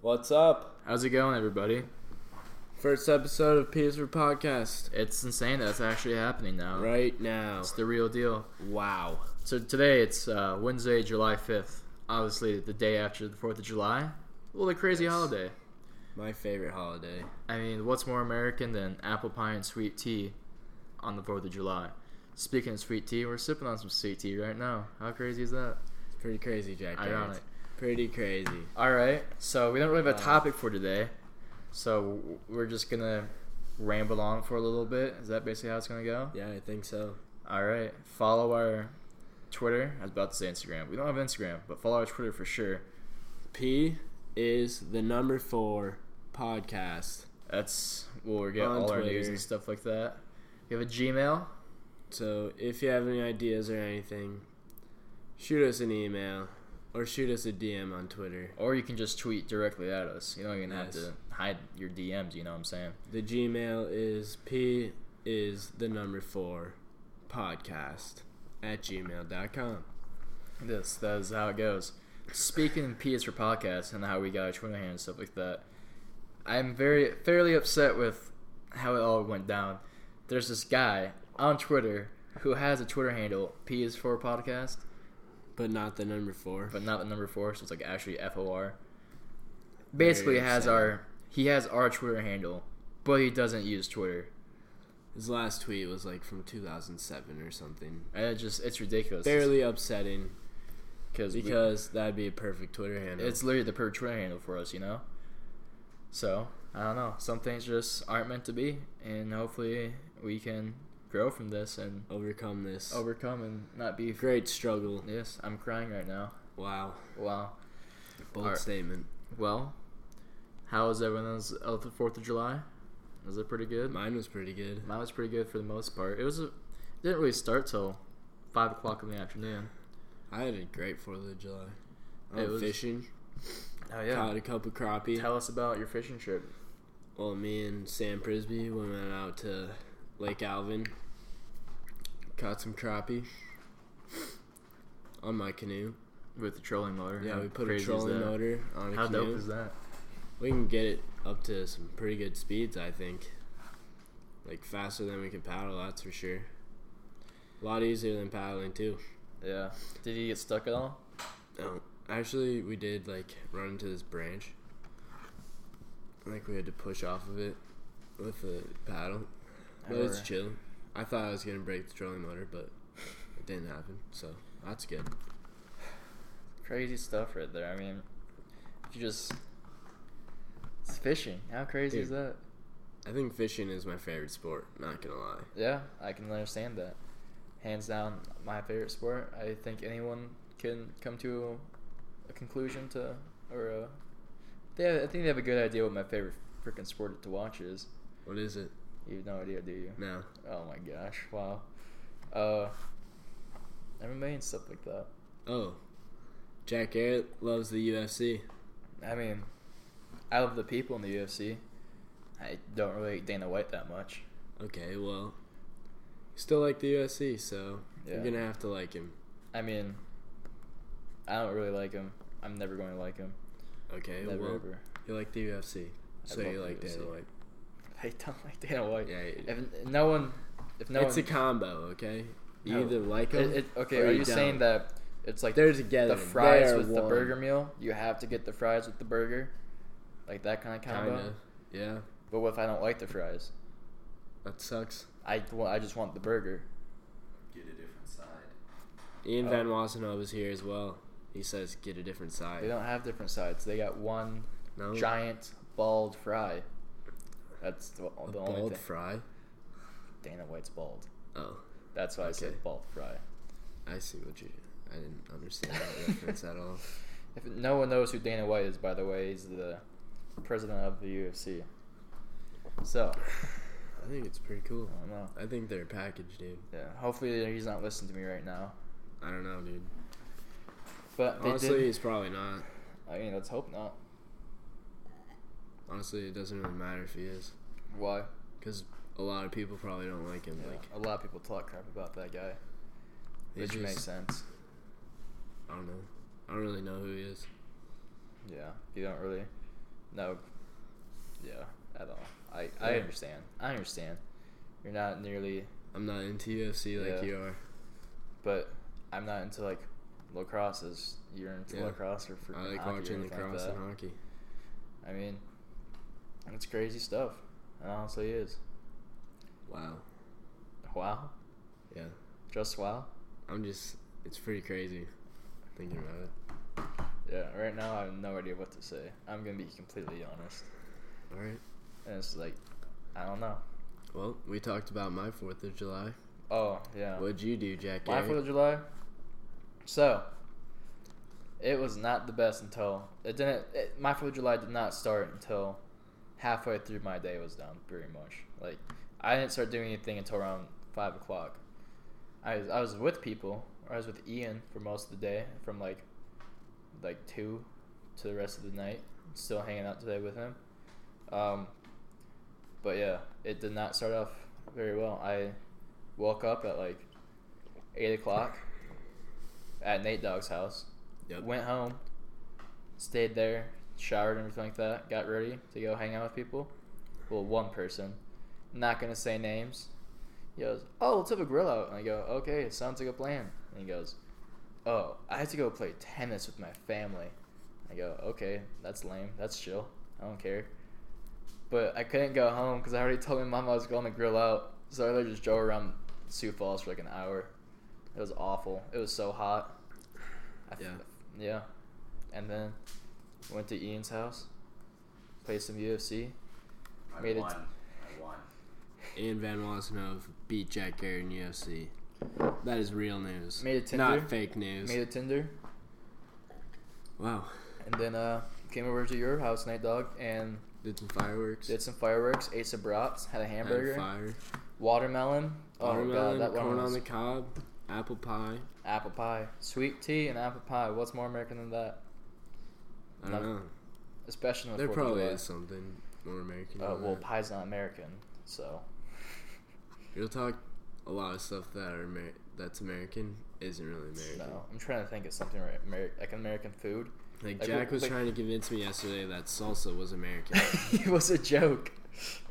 What's up? How's it going, everybody? First episode of P is for Podcast It's insane that it's actually happening now. right now. It's the real deal. Wow. So today it's uh, Wednesday, July 5th. Obviously, the day after the 4th of July. Well, the crazy Yes. holiday. My favorite holiday. I mean, what's more American than apple pie and sweet tea on the 4th of July? Speaking of sweet tea, we're sipping on some sweet tea right now. How crazy is that? It's pretty crazy, Jack. Daniels. Ironic. Pretty crazy. All right, so we don't really have a Wow. topic for today, so w- we're just gonna ramble on for a little bit. Is that basically how it's gonna go? Yeah, I think so. All right, follow our Twitter. I was about to say Instagram. We don't have Instagram, but follow our Twitter for sure. P is the number four podcast. That's where we get On all our news Twitter. and stuff like that. We have a Gmail. So if you have any ideas or anything, shoot us an email or shoot us a DM on Twitter. Or you can just tweet directly at us. You don't even Nice. have to hide your DMs, you know what I'm saying? The Gmail is P is the number four podcast at gmail.com. This, that is how it goes. Speaking of P is for podcasts and how we got our Twitter handle and stuff like that, I'm very fairly upset with how it all went down. There's this guy on Twitter who has a Twitter handle, P is for podcast, But not the number four. but not the number four, so it's like actually F O R. Basically Very has upsetting. our he has our Twitter handle, but he doesn't use Twitter. His last tweet was like from 2007 or something. And it just it's ridiculous. Barely upsetting because we- because that'd be a perfect Twitter handle. it's literally the perfect Twitter handle for us, you know. So I don't know. Some things just aren't meant to be, and hopefully we can grow from this and overcome this overcome and not be. great struggle. Yes, I'm crying right now. Wow, Wow. bold Alright. statement. Well, how was everyone's of the Fourth of July? Was it pretty good? Mine was pretty good. Mine was pretty good for the most part. It was. A, it didn't really start till five o'clock in the afternoon. I had a great Fourth of July. I It went was- fishing. Oh Caught a couple crappie. Tell us about your fishing trip. Well, me and Sam Prisby we went out to Lake Alvin, caught some crappie on my canoe. With the trolling motor. Yeah, How we put a crazy is trolling that? motor on a How canoe. dope is that? we can get it up to some pretty good speeds, I think. Like faster than we can paddle, that's for sure. A lot easier than paddling too. Yeah. Did you get stuck at all? No, actually, we did like run into this branch. Like we had to push off of it with the paddle. But it's Or- chill. I thought I was gonna break the trolling motor, but it didn't happen. So that's good. crazy stuff right there. I mean, you just it's fishing. How crazy is Dude. that? I think fishing is my favorite sport. Not gonna lie. Yeah, I can understand that. Hands down, my favorite sport. I think anyone can come to a conclusion to, or a, they. Have, I think they have a good idea what my favorite freaking sport to watch is. What is it? You have no idea, do you? No. Oh my gosh! Wow. Uh, MMA and stuff like that. Oh, Jack Garrett loves the UFC. I mean, I love the people in the UFC. I don't really like Dana White that much. Okay, well, you still like the UFC, so Yeah. you're gonna have to like him. I mean, I don't really like him. I'm never going to like him. Okay, never well, ever. you like the UFC, so love you the like Dana UFC. White. I don't like Dana White. Yeah, you- If no one, if no it's one, a combo, okay? You No. either like him. it, it, okay. or Are you you saying don't. that it's like they're together. the fries They're with the one. burger meal? You have to get the fries with the burger, like that kind of combo. Kinda. Yeah, But what if I don't like the fries? that sucks. I well, I just want the burger. get a different side. Ian Oh. Van Wassenhove is here as well. He says, "Get a different They side." don't have different sides. They got one No, giant bald fry. That's the, a the only bald thing. fry. Dana White's bald. Oh, That's why I Okay. said bald fry. I see what you. I didn't understand that reference at all. If no one knows who Dana White is, by the way, he's the president of the UFC. So I think it's pretty cool. I don't know. I think they're a package, dude. Yeah, hopefully he's not listening to me right now. I don't know, dude. But they Honestly, did. he's probably not. I mean, let's hope not. Honestly, it doesn't really matter if he is, Why? because a lot of people probably don't like him. Yeah, Like, a lot of people talk crap about that guy, he which just, makes sense. I don't know. I don't really know who he is. Yeah, you don't really No. Yeah, at all. I, I Yeah. understand. I understand. You're not nearly, I'm not into UFC like Yeah. you are. but I'm not into like lacrosse. Is you're into Yeah. lacrosse or freaking I like hockey or watching anything like lacrosse that. and hockey. I mean, it's crazy stuff. It honestly is. Wow. Wow. Yeah. Just wow. I'm just. It's pretty crazy thinking about it. Yeah, right now I have no idea what to say. I'm gonna be completely honest. All right. And it's like, I don't know. Well, we talked about my Fourth of July. Oh, yeah. What'd you do, Jack? My Garrett? 4th of July. So, it was not the best until it didn't. It, my 4th of July did not start until halfway through my day was done, pretty much. Like, I didn't start doing anything until around 5 o'clock. I was, I was with people, or I was with Ian for most of the day, from like like 2 to the rest of the night. Still hanging out today with him. Um, but yeah, it did not start off very well. I woke up at like eight o'clock at Nate Dog's house. Yep. Went home, stayed there, showered and everything like that. Got ready to go hang out with people. Well, one person. Not gonna say names. He goes, "Oh, let's have a grill out." And I go, "Okay, sounds like a plan." And he goes, "Oh, I have to go play tennis with my family." I go, "Okay, that's lame. That's chill. I don't care." But I couldn't go home because I already told my mom I was going to grill out. So I literally just drove around Sioux Falls for like an hour. It was awful. It was so hot. I f- Yeah. yeah. And then went to Ian's house, played some UFC. I Made it- won. I won. Ian Van Wassenhove beat Jack Garrett in UFC. That is real news. Made a Tinder. Not fake news. Made a Tinder. wow. And then uh, came over to your house, Night Dog, and Did some fireworks. did some fireworks, ate some brats, had a Had hamburger, fire. watermelon. Oh, Watermelon, God, that corn one on was the cob, apple pie. apple pie. Sweet tea and apple pie. What's more American than that? I don't No, know. Especially on the There 4th probably of is something more American. July. Uh, than well, that. pie's not American, so. You'll talk a lot of stuff that are Amer- that's American isn't really American. No, I'm trying to think of something right, Ameri- like American food. Like, Like, Jack wh- was like- trying to convince me yesterday that salsa was American. it was a joke.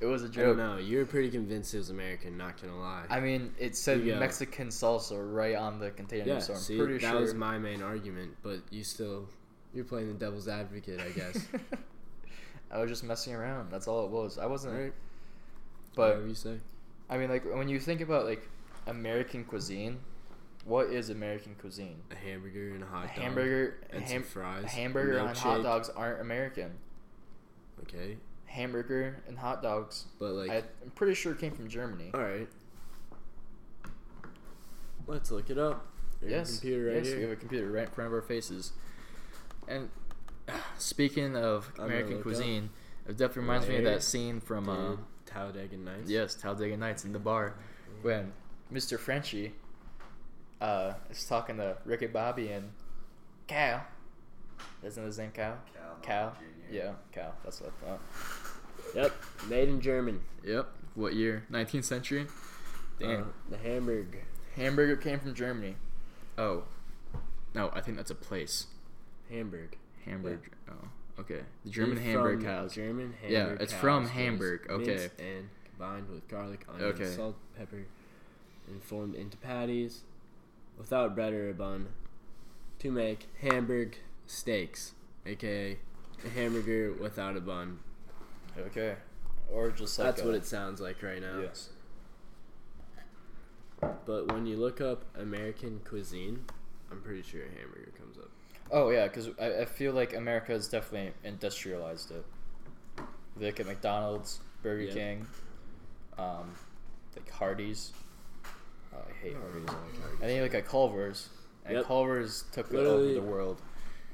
It was a I don't joke. know. You were pretty convinced it was American. Not gonna lie. I mean, it said You go. Mexican salsa right on the container, yeah. so I'm see, pretty that sure. was my main argument, but you still you're playing the devil's advocate, I guess. I was just messing around. That's all it was. I wasn't. Alright, But whatever you say. I mean, like when you think about like American cuisine, what is American cuisine? A hamburger and a hot A dog. hamburger, a and some ham- fries, a hamburger and hot milkshake. dogs aren't American. Okay, Hamburger and hot dogs. but like, I, I'm pretty sure it came from Germany. all right. Let's look it up. There's a yes, computer right yes, here. we have a computer right in front of our faces. And speaking of gonna American look cuisine, it definitely reminds me of Right. that scene from uh, Dude, Talladega Nights. Yes, Talladega Nights in the bar when Mr. Frenchie uh, is talking to Ricky Bobby and Cal. Isn't his name Cal? Cal Naughton Cal. Jr.. Yeah, Cal. That's what I thought. Yep. Made in German. Yep. What year? 19th century? Damn. Uh, the Hamburg. Hamburger came from Germany. Oh. No, I think that's a place. Hamburg. Hamburg. Oh, okay. The They're German Hamburg from cows. German Hamburg Yeah, it's from cows, Hamburg, was okay. minced And combined with garlic, onion, Okay. salt, pepper, and formed into patties without bread or a bun to make Hamburg steaks, aka a hamburger without a bun. Okay. Or just like That's a- what it sounds like right now. Yes. But when you look up American cuisine, I'm pretty sure a hamburger comes up. Oh yeah, because I, I feel like America has definitely industrialized it. They look at McDonald's, Burger Yep. King, um, like Hardee's. Oh, I hate Hardee's. I think like a Culver's, and Yep. Culver's took over Literally- the world.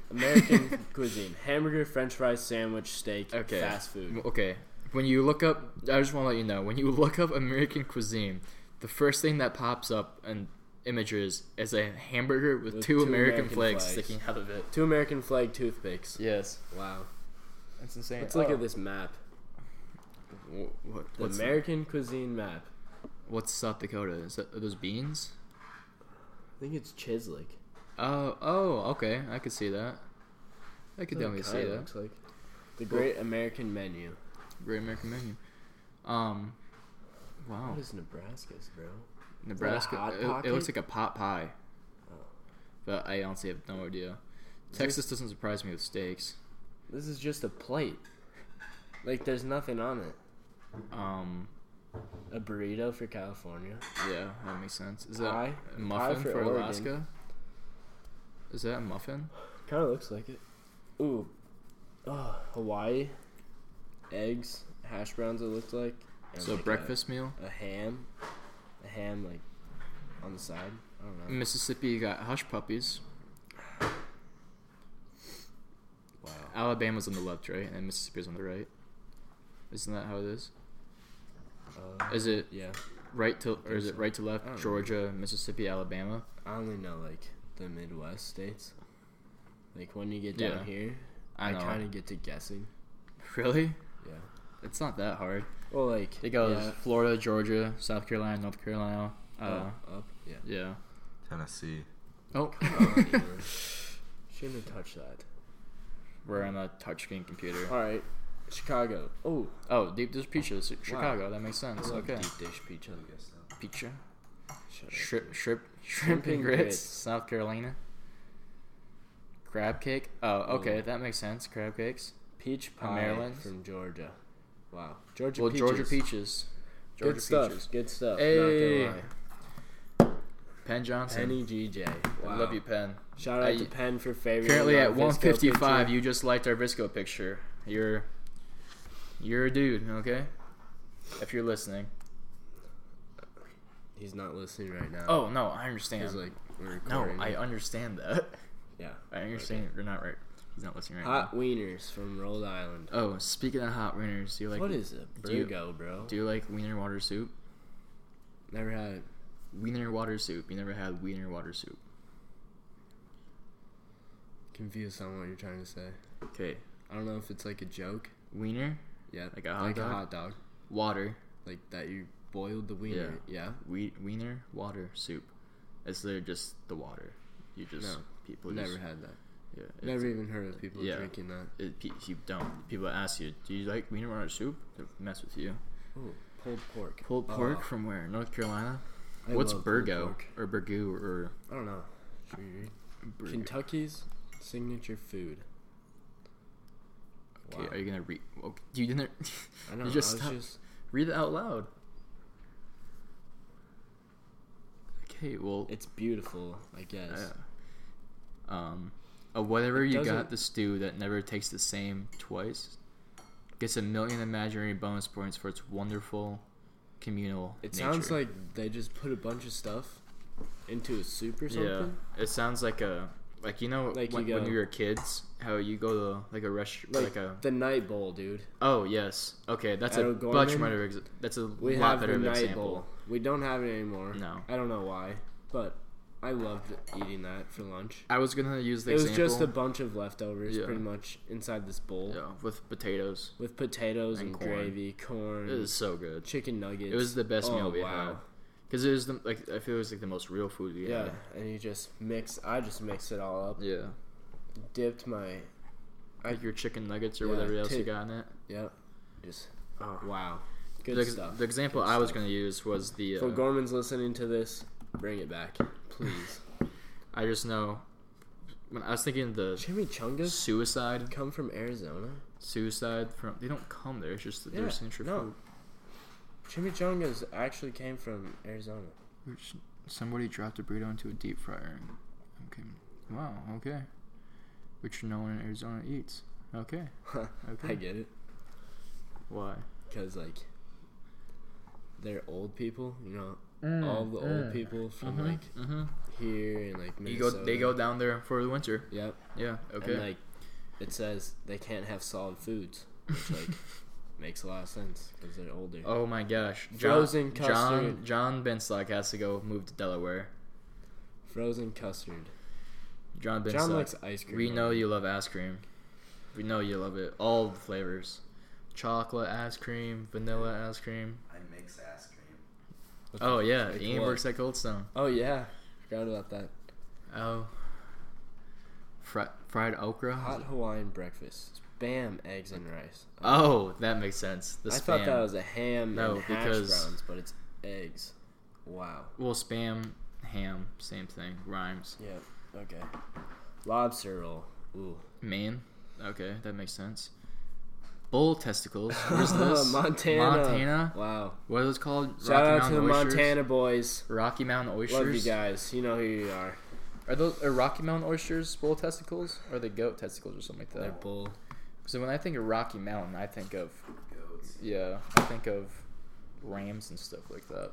American cuisine: hamburger, French fries, sandwich, steak, Okay. fast food. Okay, when you look up, I just want to let you know when you look up American cuisine, the first thing that pops up in images is a hamburger with, With two, two American, American flags, flags. sticking out of it. Two American flag toothpicks. Yes, Wow. that's insane. Let's look Oh. at this map. Wh- What, The what's American cuisine map. What's South Dakota? Is that, are those beans? I think it's Chislik. Oh, oh, okay. I could see that. I could That's what it definitely see kinda that. Looks like. The Great American Menu. Great American Menu. Um, wow, What is Nebraska's, bro? Nebraska. Hot It, it Pocket? looks like a pot pie, Oh. but I honestly have no idea. Texas doesn't surprise me with steaks. This is just a plate. Like there's nothing on it. Um, A burrito for California. yeah, that makes sense. Is that Pie? a muffin for for Oregon. Alaska? Is that a muffin? Kind of looks like it. Ooh, Ugh, Hawaii. Eggs, hash browns. It looked like. and So like a- breakfast meal. A, ham, a ham like on the side. I don't know. Mississippi you got hush puppies. Wow. Alabama's on the left, right, and Mississippi's on the right. Isn't that how it is? Uh, Is it yeah, right to or think is it so. right to left? I don't know. Georgia, Mississippi, Alabama. I only know like the Midwest states. Like when you get down Yeah. here, I I, know. kind of get to guessing. Really? Yeah. It's not that hard. Well, like It goes yeah, Florida, Georgia, South Carolina, North Carolina. Uh, up, up, yeah. yeah. Tennessee. Oh, Alright, man. Shouldn't have touched that. we're on a touchscreen computer. All right, Chicago. Oh, Oh, deep dish pizza, Chi- Chicago. That makes sense. love Okay, deep dish pizza. pizza, Shut up. shrimp, shrimp, Shrimp shrimp and and grits, grits. South Carolina. Crab cake. Oh, okay, Ooh. that makes sense. Crab cakes. Peach pie Maryland? from Georgia. Wow, Georgia well, peaches. Georgia peaches. Georgia Good stuff. peaches. Good stuff. Hey. Not gonna lie. Penn Johnson. Penny GJ. Wow. I love you, Penn. Shout out I- to Penn for favoring. Apparently, our at Visco 155, picture. you just liked our Visco picture. You're, you're a dude, okay? If you're listening. He's not listening right now. Oh no, I understand. he's like we're no, recording. I understand that. yeah. I understand. You're not right. He's not listening right Hot wieners from Rhode Island. now. Oh, speaking of hot wieners, do you like what is it? do you- Burgo, bro. do you like wiener water soup? Never had it. Wiener water soup. You never had wiener water soup. Confused on what you're trying to say. Okay, I don't know if it's like a joke. wiener, Yeah. Like a hot dog? dog. water, Like that you boiled the wiener. Yeah. we- wiener water soup. It's literally just the water. You just No, people Never just, had that. Yeah, it's- Never even heard of people yeah. drinking that. it, pe- you don't. People ask you, "Do you like wiener water soup?" They mess with you. Ooh, pulled pork. Pulled Oh, pork from where? North Carolina. I What's love pulled burgo pork. or burgoo or I don't know. Should we read? burger? Kentucky's signature food. Okay, Wow. are you gonna read? Okay, you didn't. I don't know. you just, I was stopped- just read it out loud. Okay, well, it's beautiful, I guess. yeah. um, a whatever you got doesn't- the stew that never tastes the same twice gets a million imaginary bonus points for its wonderful communal. It nature. sounds like they just put a bunch of stuff into a soup or Yeah, something. it sounds like a like you know Like when, you when go- we were kids how you go to like a restaurant Like, like, a the night bowl, dude. oh yes okay that's a At much O'Gorman, better exa- that's a We lot have the better of an night example bowl. We don't have it anymore. No. I don't know why, but I loved eating that for lunch. I was gonna use the it was example just a bunch of leftovers, Yeah. pretty much, inside this bowl yeah, with potatoes with potatoes And and, corn. gravy, corn, it was so good chicken nuggets. it was the best Oh, meal we wow. had because it was the like I feel it was like the most real food we Yeah, had and you just mix. I just mixed it all up. yeah Dipped my. like your chicken nuggets or Yeah, whatever else you too. got in it Yep. Just. Oh wow. Good the, stuff. the example Good I was stuff. gonna use was the If uh, Gorman's listening to this, bring it back, please. I just know when I was thinking the Chimichangas suicide come from Arizona. suicide from they don't come there it's just that Yeah, there's signature no. Chimichangas actually came from Arizona. food somebody dropped a burrito into a deep fryer okay wow okay which no one in arizona eats okay I get it, why cause like they're old people, you know, Mm, all the old people from like hmm here and like you go Minnesota. they go down there for the winter Yep. yeah okay And like it says they can't have solid foods, which like makes a lot of sense because they're older. oh my gosh Frozen john custard. john benslack has to go move to delaware Frozen custard. john benslack John likes ice cream. we know though. you love ice cream we know you love it all the flavors chocolate ice cream vanilla ice cream I mix ice cream. Oh yeah, Like Ian what? works at Coldstone. Oh yeah, forgot about that. Oh, Fri- fried okra. Hot Hawaiian breakfast. spam, eggs, and rice. Oh, that makes sense. The I spam. thought that was a ham No, and hash because- browns, but it's eggs. Wow. well, spam, ham, same thing, rhymes. Yeah. Okay. Lobster roll. Ooh. Maine. Okay, that makes sense. Bull testicles. Where's this? Montana. Montana. Wow. What are those called? Shout Rocky out to the Mountain oysters? Montana boys. Rocky Mountain oysters. Love you guys. You know who you are. Are those are Rocky Mountain oysters bull testicles? Or are they goat testicles or something like They're that? bull. So when I think of Rocky Mountain, I think of Goats. yeah, I think of rams and stuff like that.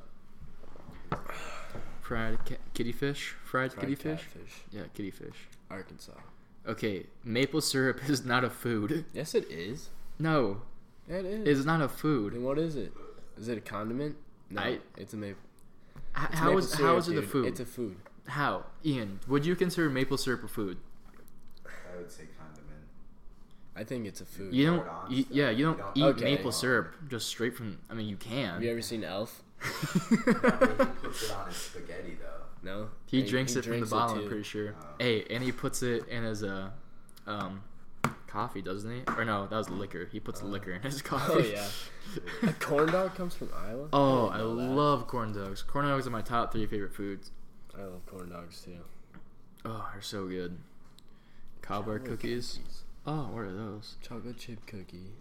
Fried ca- kitty fish, fried, Fried kitty fish. catfish. Yeah, kitty fish. Arkansas. Okay, maple syrup is not a food. Yes, it is. No, It is. it's not a Then food. what is it? Is it a condiment? No. I- it's a maple. H- It's how maple is syrup, how is it a dude. food? It's a food. how Ian? Would you consider maple syrup a food? I would say condiment. I think it's a food. You Pour don't. it on You, stuff. yeah, you don't You don't- eat Okay. maple syrup just straight from. I mean, you can. Have you ever seen Elf? He puts it on his spaghetti though. No. He drinks it drinks from the bottle, too. I'm pretty sure. Oh. Hey, and he puts it in his uh, um, coffee, doesn't he? Or no, that was liquor. He puts liquor in his coffee. Oh yeah. a corn dog comes from Iowa. Oh, didn't I know that. love corn dogs. Corn dogs are my top three favorite foods. I love corn dogs too. Oh, they're so good. Cow bar Chocolate cookies. Oh, what are those? Chocolate chip cookie.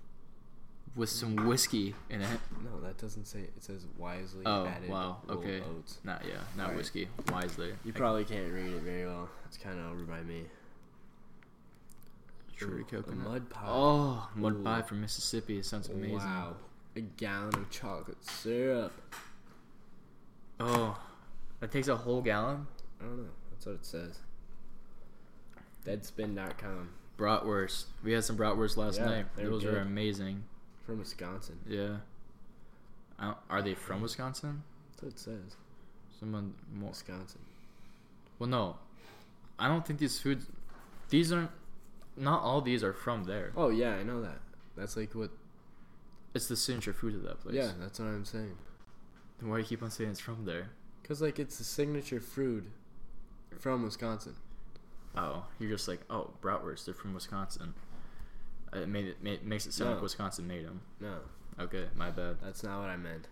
With some whiskey in it. No, that doesn't say. It says wisely Oh, added wow. rolled Okay. oats. Not yeah, not Alright. whiskey. Wisely. You probably can't read it very well. It's kind of over by me. True Ooh, a coconut. mud pie. Oh, mud Ooh. pie from Mississippi. It sounds amazing. Wow. A gallon of chocolate syrup. Oh, that takes a whole gallon. I don't know. That's what it says. Deadspin.com Bratwurst. We had some bratwurst last Yeah, night. they were Those good. are amazing. from Wisconsin. Yeah. I don't- Are they from Wisconsin? That's what it says. Someone. More, Wisconsin. well, no. I don't think these foods. These aren't. Not all these are from there. Oh yeah, I know that. That's like what. It's the signature food of that place. Yeah, that's what I'm saying. Then why do you keep on saying it's from there? Cause like it's the signature food from Wisconsin. Oh, you're just like, oh, bratwurst. They're from Wisconsin. Uh, It made it, made, makes it sound No. like Wisconsin made them. No, Okay, my bad. that's not what I meant.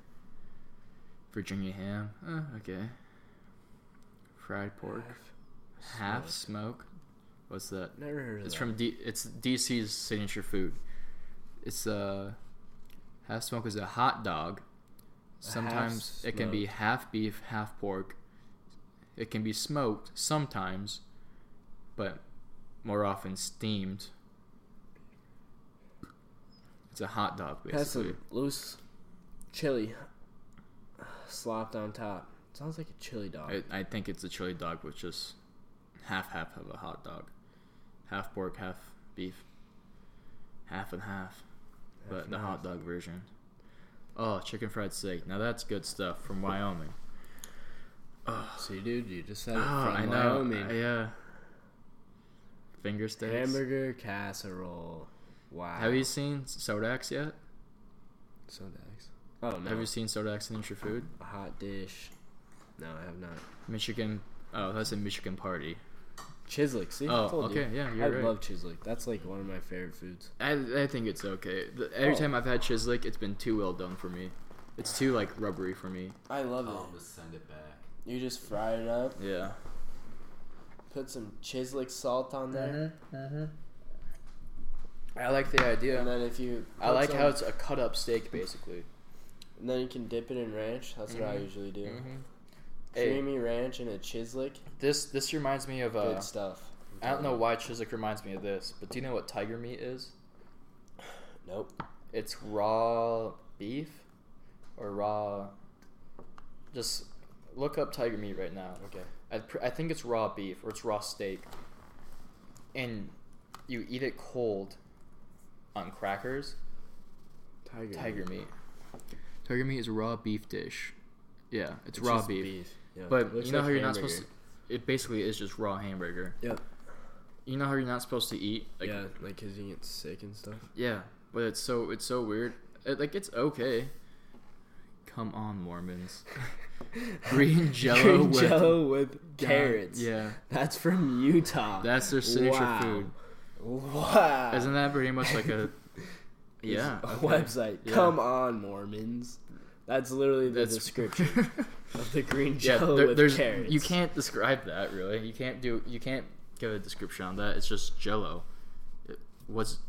Virginia ham. Uh, okay. Fried pork. Half smoke. What's that? Never heard of It's that. from D. It's DC's signature food. It's uh, half smoked is a hot dog. Sometimes it can be half-smoked. half beef, half pork. It can be smoked sometimes, but more often steamed. It's a hot dog, Has basically. some loose chili slopped on top. Sounds like a chili dog. I, I think it's a chili dog, which is half half of a hot dog, half pork, half beef, half and half, but and the half. hot dog version. Oh, chicken fried steak. Now that's good stuff from Wyoming. See, dude, you just said it Oh, from I know. Wyoming. Yeah. Finger steaks. Hamburger casserole. Wow. Have you seen Sodax yet? so nice. Oh no. Have you seen Sodax in your food? a hot dish? No, I have not. Michigan. Oh, that's a Michigan party. Chislik. See, I Oh, told you. okay, yeah, you're I right. love Chislik. That's like one of my favorite foods. I, I think it's okay. The, every Oh. time I've had Chislik, it's been too well done for me. It's too like rubbery for me. I love I'll just send it back. You just fry it up, Yeah. put some Chislik salt on Mm-hmm. there, mm-hmm. I like the and idea. then if you, I put like some- how it's a cut up steak basically. and then you can dip it in ranch. That's what I Mhm. usually do. Hey. Creamy ranch and a Chislik. This this reminds me of uh, Good stuff. I don't know why Chislik reminds me of this, but do you know what tiger meat is? Nope. It's raw beef or raw. Just look up tiger meat right now. Okay. I, pr- I think it's raw beef or it's raw steak, and you eat it cold on crackers. Tiger. Tiger meat. Tiger meat is a raw beef dish. Yeah, it's, It's raw just beef. Yeah. But Looks you know like how you're not hamburger. supposed to. It basically is just raw hamburger. Yep. You know how you're not supposed to eat. Like, yeah, like cause you get sick and stuff. Yeah, but it's so it's so weird. It, like it's okay. Come on, Mormons. Green Jello Green with Jello with carrots. Yeah, That's from Utah. that's their signature Wow. food. Wow. Isn't that pretty much like a yeah a okay. website? Yeah. Come on, Mormons. That's literally the That's- description of the green yeah, jello there- with there's carrots. you can't describe that really. You can't do you can't give a description on that. It's just Jello. It- What's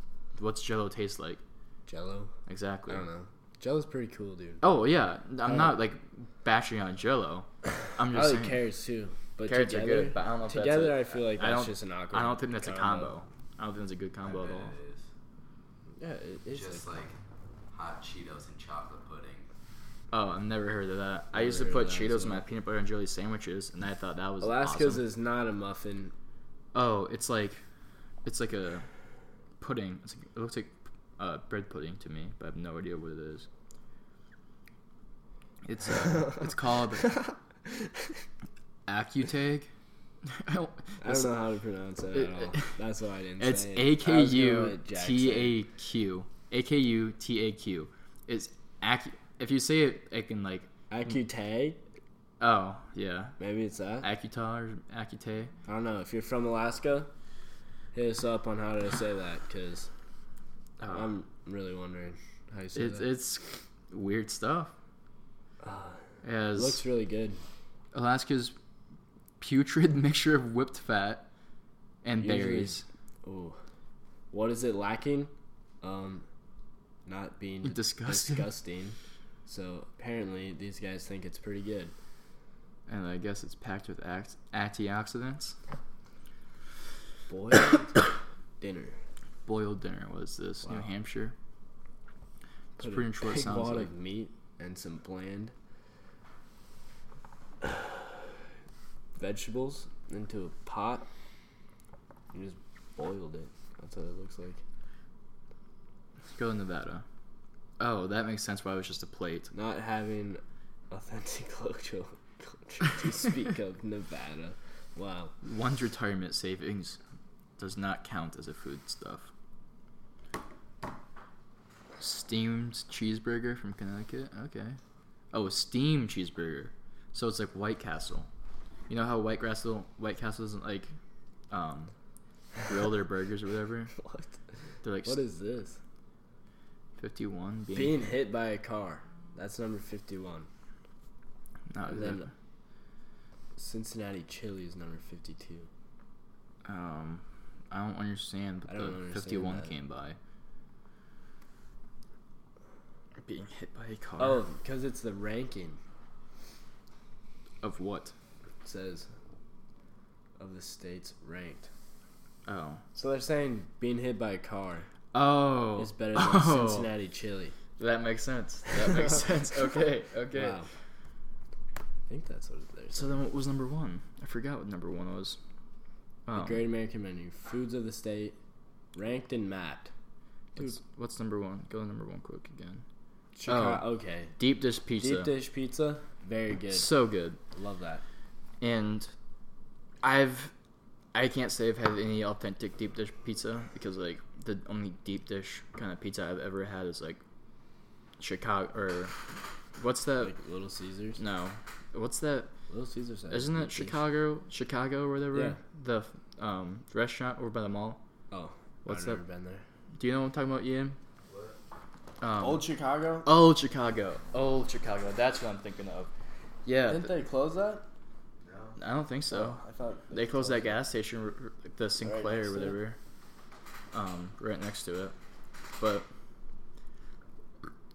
what's Jello taste like Jello. I exactly? don't know. Jello's pretty cool, dude. Oh yeah, I'm Oh. not like bashing on Jello. I'm I just like saying carrots too, but carrots together, are good, but I don't know if together that's a- I feel like I that's don't- just an awkward. I don't think that's a combo. I don't think that's a good combo at bet all. it is. Yeah, it, it's Just like, like hot Cheetos and chocolate pudding. Oh, I've never heard of that. I Never used to heard put of that, Cheetos so- in my peanut butter and jelly sandwiches, and I thought that was Alaska's awesome. is not a muffin. Oh, it's like, it's like a pudding. It's like, it looks like uh, bread pudding to me, but I have no idea what it is. It's uh, it's called Accutag. I don't, I don't know how to pronounce it at all. That's why I didn't. It's say it. A I K was gonna U let Jack T say it. A Q. A K U T A Q. It's acu. If you say it, it can like. Accutag? Oh yeah, Maybe it's that. Acutar or Acute. I don't know. If you're from Alaska, hit us up on how to say that because Oh, I'm really wondering how you say it's that. it's weird stuff. It As Uh, looks really good. Alaska's putrid mixture of whipped fat and Usually- berries. Ooh, what is it lacking? Um, not being Disgusting. disgusting. So apparently these guys think it's pretty good. And I guess it's packed with act- antioxidants. Boiled dinner. Boiled dinner was this New Wow. Hampshire. Put pretty much what it big sounds wad like. of meat and some bland vegetables into a pot. You just boiled it. That's what it looks like. Let's go to Nevada. Oh, that makes sense. Why it was just a plate. Not having authentic local culture to speak of Nevada. Wow. One's retirement savings does not count as a food stuff. Steamed cheeseburger from Connecticut. Okay. Oh, a steamed cheeseburger. So it's like White Castle. You know how White Castle White Castle doesn't like um, grill their burgers or whatever. What? They're like What is this? fifty one being, Being hit by a car. That's number 51. not and then- exactly. Cincinnati chili is number 52. Um, I don't understand, but I don't the understand 51 that. came by. Being hit by a car. Oh, because it's the ranking. Of what? It says of the states ranked. Oh. So they're saying being hit by a car Oh. is better than Oh. Cincinnati chili. That makes sense. That makes sense. Okay, okay. Wow. I think that's what it is. So then what was number one? I forgot what number one was. The Um, Great American Menu, foods of the state, ranked and mapped. Dude. What's, what's number one? Go to number one quick again. Chicago, okay. Deep dish pizza. Deep dish pizza, Oh. very good. So good. Love that. and I've I can't say I've had any authentic deep dish pizza because like the only deep dish kind of pizza I've ever had is like Chicago or what's that? Like Little Caesars. Uh, no, what's that? Little Caesars. has Isn't deep that dish. Chicago? Chicago or whatever Yeah. the um, restaurant over by the mall. Oh, What's I've that? Never been there. Do you know what I'm talking about, Ian? What? Um, old, Chicago. Chicago, old Chicago. That's what I'm thinking of. Yeah, they close that? No. I don't think so. I thought They closed that gas station, r- r- the Sinclair next to or it. whatever, um, right next to it. But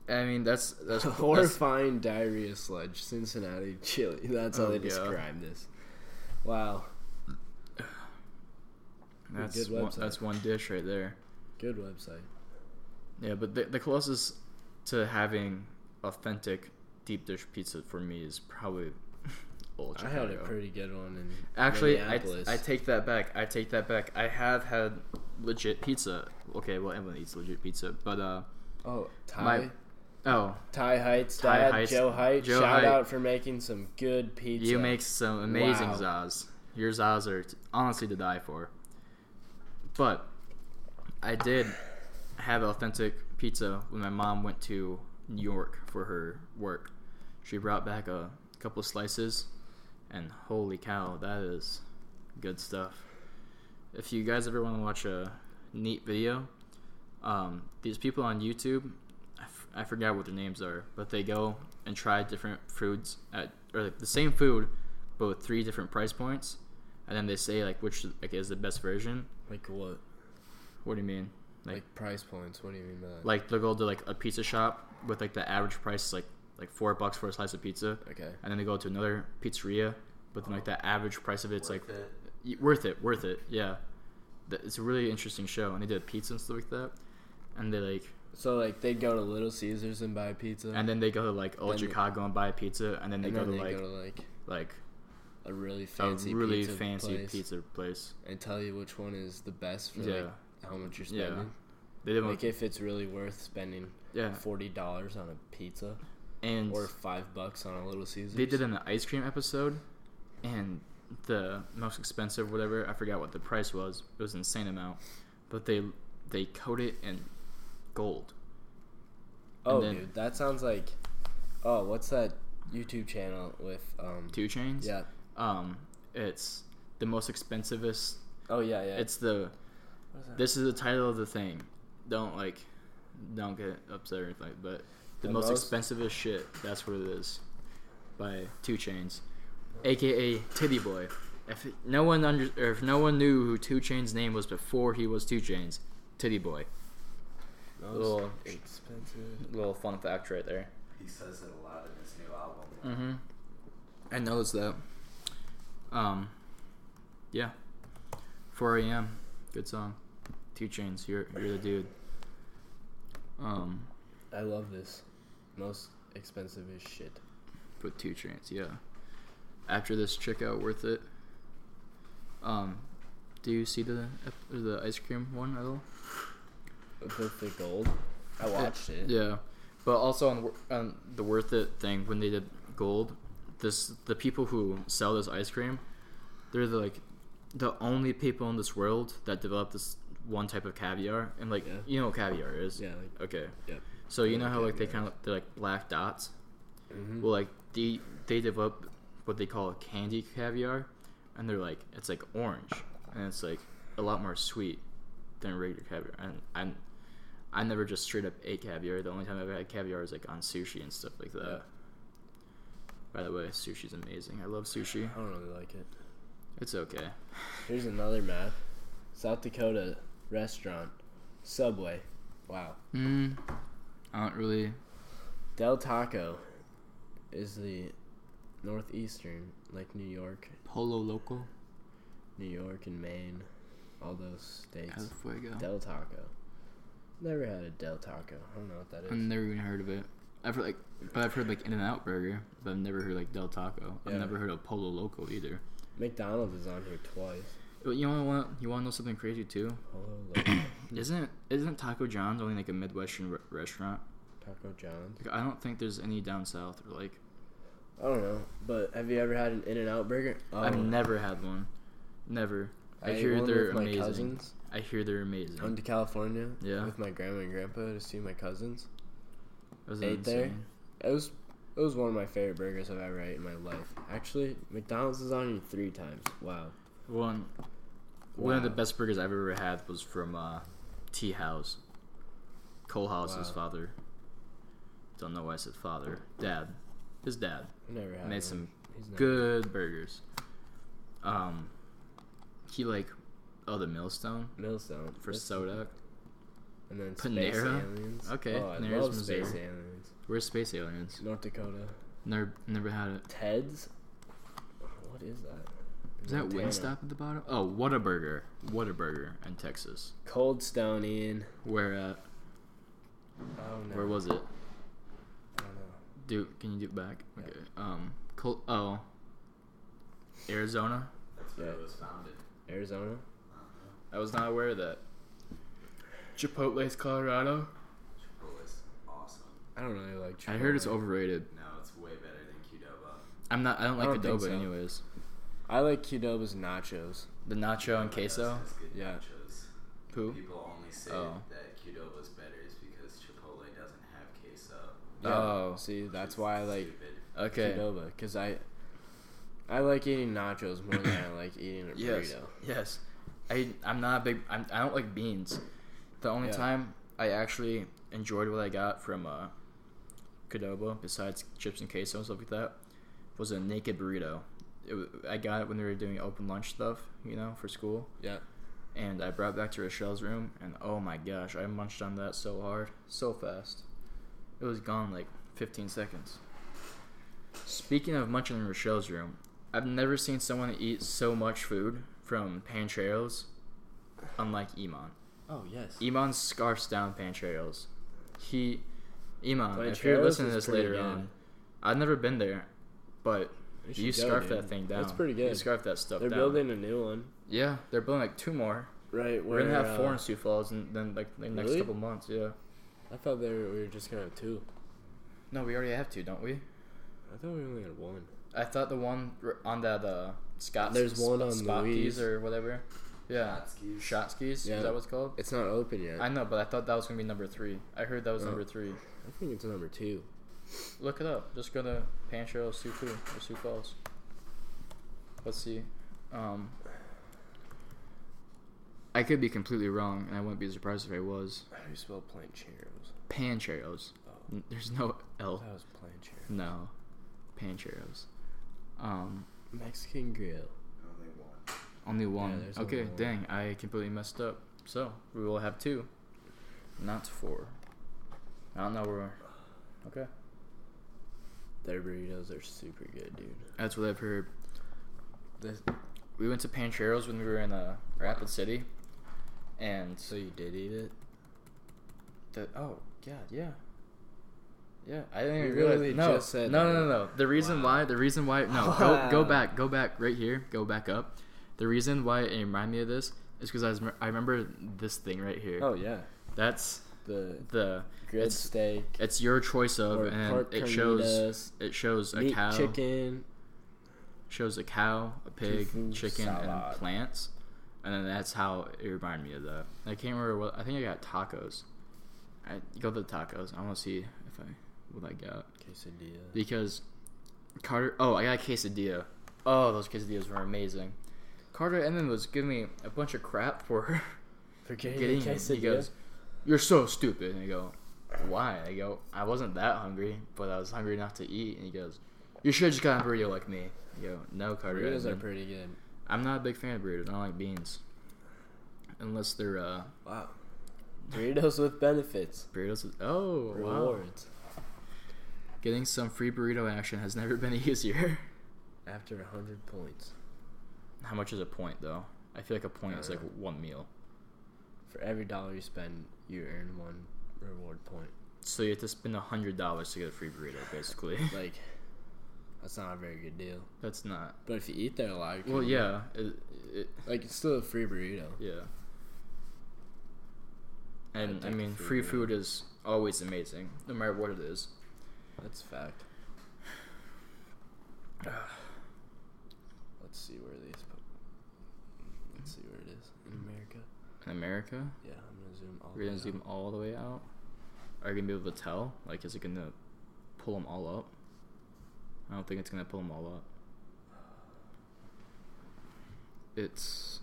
I mean, that's that's, that's Horrifying diarrhea sludge, Cincinnati chili. That's how Oh, they yeah. describe this. Wow, that's good one, website. that's one dish right there. good website. Yeah, but the, the closest to having authentic deep dish pizza for me is probably old I Chicago. had a pretty good one in Actually, I, Minneapolis. I take that back. I take that back. I have had legit pizza. Okay, well everyone eats legit pizza, but uh oh Ty my oh Ty Heights Ty dad Heights- Joe Height Joe shout Height. out for making some good pizza. You make some amazing Wow. Zaws. Your Zaws are t- honestly to die for. But I did have authentic pizza when my mom went to New York for her work. She brought back a couple slices, and holy cow, that is good stuff. If you guys ever want to watch a neat video. Um, these people on YouTube, I, f- I forgot what their names are, but they go and try different foods at or like the same food, but with three different price points, and then they say like which like is the best version. Like what? What do you mean? Like, Like- price points. What do you mean by that? Like they'll go to like a pizza shop with like the average price is like like four bucks for a slice of pizza, okay. and then they go to another pizzeria, but then like the average price of it's like Worth it. Y- worth it, worth it. Yeah, Th- it's a really interesting show, and they did pizza and stuff like that. And they like, So like they'd go to Little Caesars and buy pizza, and then they go to like old Then- Chicago and buy a pizza, and then they and go then to like go to like like a really fancy a really pizza fancy place pizza place. and tell you which one is the best for yeah, like how much you're Yeah. spending. they did one. Like if it's really worth spending yeah, forty dollars on a pizza and or five bucks on a Little Caesars. they did an ice cream episode, and the most expensive, whatever I forgot what the price was. It was an insane amount, but they they coat it in gold. Oh, and then- dude, that sounds like. Oh, what's that YouTube channel with um? Two chains. Yeah. Um, it's the most expensivest Oh yeah, yeah. It's the. What is that? This is the title of the thing. Don't like, don't get upset or anything. But the, The most, most- expensive expensivest shit. That's what it is. By Two Chains, aka Titty Boy. If no one under, or if no one knew who Two Chains' name was before he was Two Chains, Titty Boy. Most little- expensive. Little fun fact right there. He says it a lot in his new album. Mm-hmm. I noticed that. Um, yeah. 4 a.m. Good song. Two Chains. You're you're the dude. Um, I love this. Most expensive is shit. with Two Chains. Yeah. After this, check out Worth It. Um, do you see the ep- or the ice cream one at all? With the gold. I watched it. Yeah, but also on, wor- on the worth it thing when they did gold, this the people who sell this ice cream, they're the, like the only people in this world that develop this one type of caviar, and like Yeah. you know what caviar is. Yeah, like Okay. yeah. So you know how like they Caviar. kind of they're like black dots. Mhm. Well, like they they develop what they call candy caviar, and they're like it's like orange, and it's like a lot more sweet than regular caviar. And I'm I never just straight up ate caviar. The only time I've had caviar is like on sushi and stuff like that. Yeah. By the way, sushi's amazing. I love sushi. I don't really like it. It's okay. Here's another map. South Dakota restaurant. Subway. Wow. Mm, I don't really. Del Taco is the northeastern, like New York, Polo loco. New York and Maine, all those How states. the fuego. Del Taco. Never had a Del Taco. I don't know what that I've is. never even heard of it. I've heard like, but I've heard like In and Out Burger, but I've never heard like Del Taco. Yeah. I've never heard of Polo Loco either. McDonald's is on here twice. But you know what? You want to know something crazy too? Hello, Loco. Isn't isn't Taco John's only like a Midwestern re- restaurant? Taco John's. Like, I don't think there's any down south or like I don't know, but have you ever had an In-N-Out burger? Oh, I've never had one. Never. I, ate hear one they're with my amazing. cousins. I hear they're I went amazing. to California Yeah. with my grandma and grandpa to see my cousins. Was ate there. It was it was one of my favorite burgers I've ever ate in my life. Actually, McDonald's is on you three times. Wow. One one of the Wow. best burgers I've ever had was from uh, T House. Cole House's Wow. father. Don't know why I said father. Dad. His dad. I never had made one. some He's not- good burgers. Um he like oh the millstone Millstone for That's- soda. and then Space Panera? Aliens. Okay, oh, I Panera's love Space Missouri. Aliens. Where's Space Aliens? North Dakota. Never never had it. Ted's. What is that? Is that Montana. Wingstop at the bottom? Oh, Whataburger. Whataburger in Texas. Cold Stone Ian. Where at? Oh no. Where was it? I don't know. Do can you do it back? Yeah. Okay. Um. Col- oh. Arizona. That's where it Yeah. was founded. Arizona. I was not aware of that. Chipotle's Colorado. Chipotle's awesome. I don't really like. I heard it's Chipotle. overrated. No, it's way better than Qdoba. I'm not. I don't I like don't think adobo so. anyways. I like Qdoba's nachos. The nacho and Qdoba just queso. has good Yeah. nachos. Who? People only say Oh. that Qdoba's better is because Chipotle doesn't have queso. Yeah, Oh. see, which that's is why I like Stupid. Okay. Qdoba because I, I like eating nachos more than I like eating a burrito. Yes. Yes. I I'm not a big I'm, I don't like beans. The only Yeah. time I actually enjoyed what I got from uh, Kodobo, besides chips and queso and stuff like that, was a naked burrito. It, wa- I got it when they were doing open lunch stuff, you know, for school, Yeah. and I brought it back to Rochelle's room, and oh my gosh, I munched on that so hard, so fast. It was gone like 15 seconds. Speaking of munching in Rochelle's room, I've never seen someone eat so much food from Pancheros, unlike Iman. Oh yes. Iman scarfs down Pancheros. He, Iman, if Pancheros you're listening is to this pretty later good. on, I've never been there, but We should you go, scarf dude. that thing down. That's pretty You good. scarf that stuff They're down. building a new one, Yeah, they're building like two more. right? We're gonna where, have four uh, in Sioux Falls, and then like the next Really? couple months. Yeah. I thought they were, we were just gonna have two. No, we already have two, don't we? I thought we only had one. I thought the one r- on that uh, Scott's. There's one on Spotkeys Louise. or whatever. Yeah. Shotskis. Shot skis. Yeah. Is that what's called? It's not open yet. I I, know, but I thought that was gonna be number three. I heard that was Oh. number three. think it's number two. Look it up. Just go to Pancho Sioux Fu or Sioux Falls. Let's see. Um, I could be completely wrong, and I wouldn't be surprised if I was. How do you spell plancheros? Pancheros. Oh, N- There's no L. that was planchero. No. Pancheros. Um, Mexican grill. Only one. only one. there's only okay, one. dang, I completely messed up. So we will have two, not four. I don't know where. Okay. Their burritos are super good, dude. That's what I've heard. This, We went to Pancheros when we were in uh, Rapid City, and so you did eat it? the oh god yeah, yeah. I didn't We even realize. literally no, just said no, that. no, no, no. The reason Wow. why, the reason why, no, go, go Wow. back, go back right here, go back up. The reason why it reminded me of this is because I was, I remember this thing right here. Oh yeah, That's the the grilled it's- steak it's your choice of, or and pork it shows carnitas, it shows a meat cow, chicken. shows a cow, a pig, Tofu chicken, salad. and plants, and then that's how it reminded me of that. I can't remember what I think I got tacos. I go to the tacos. I want to see if I what I got Quesadilla. because Carter. Oh, I got a quesadilla. Oh, those quesadillas were amazing. Carter Edmond was giving me a bunch of crap for For getting it. He goes, "You're so stupid." And I go, "Why?" I go, "I wasn't that hungry, but I was hungry enough to eat." And he goes, "You should just got a burrito like me." I go, "No, Carter burritos are Edmond. pretty good. I'm not a big fan of burritos. I don't like beans, unless they're uh, Wow. Burritos with benefits. burritos. With, oh, wow! Rewards. Getting some free burrito action has never been easier. After 100 points. How much is a point though? I feel like a point is like one meal. For every dollar you spend, you earn one reward point. So you have to spend a hundred dollars to get a free burrito, basically. Like, that's not a very good deal. That's not. But if you eat there a lot, you can- Well, yeah, it, it, Like, it's still a free burrito. Yeah. And I take the mean, free free meal. food is always amazing, no matter what it is. That's a fact. Ah. Let's see where these. po- Let's see where it is. In America? In America, Yeah, I'm gonna zoom all we're gonna the way zoom all the way out. Are you gonna be able to tell? Like, is it gonna pull them all up? I don't think it's gonna pull them all up. It's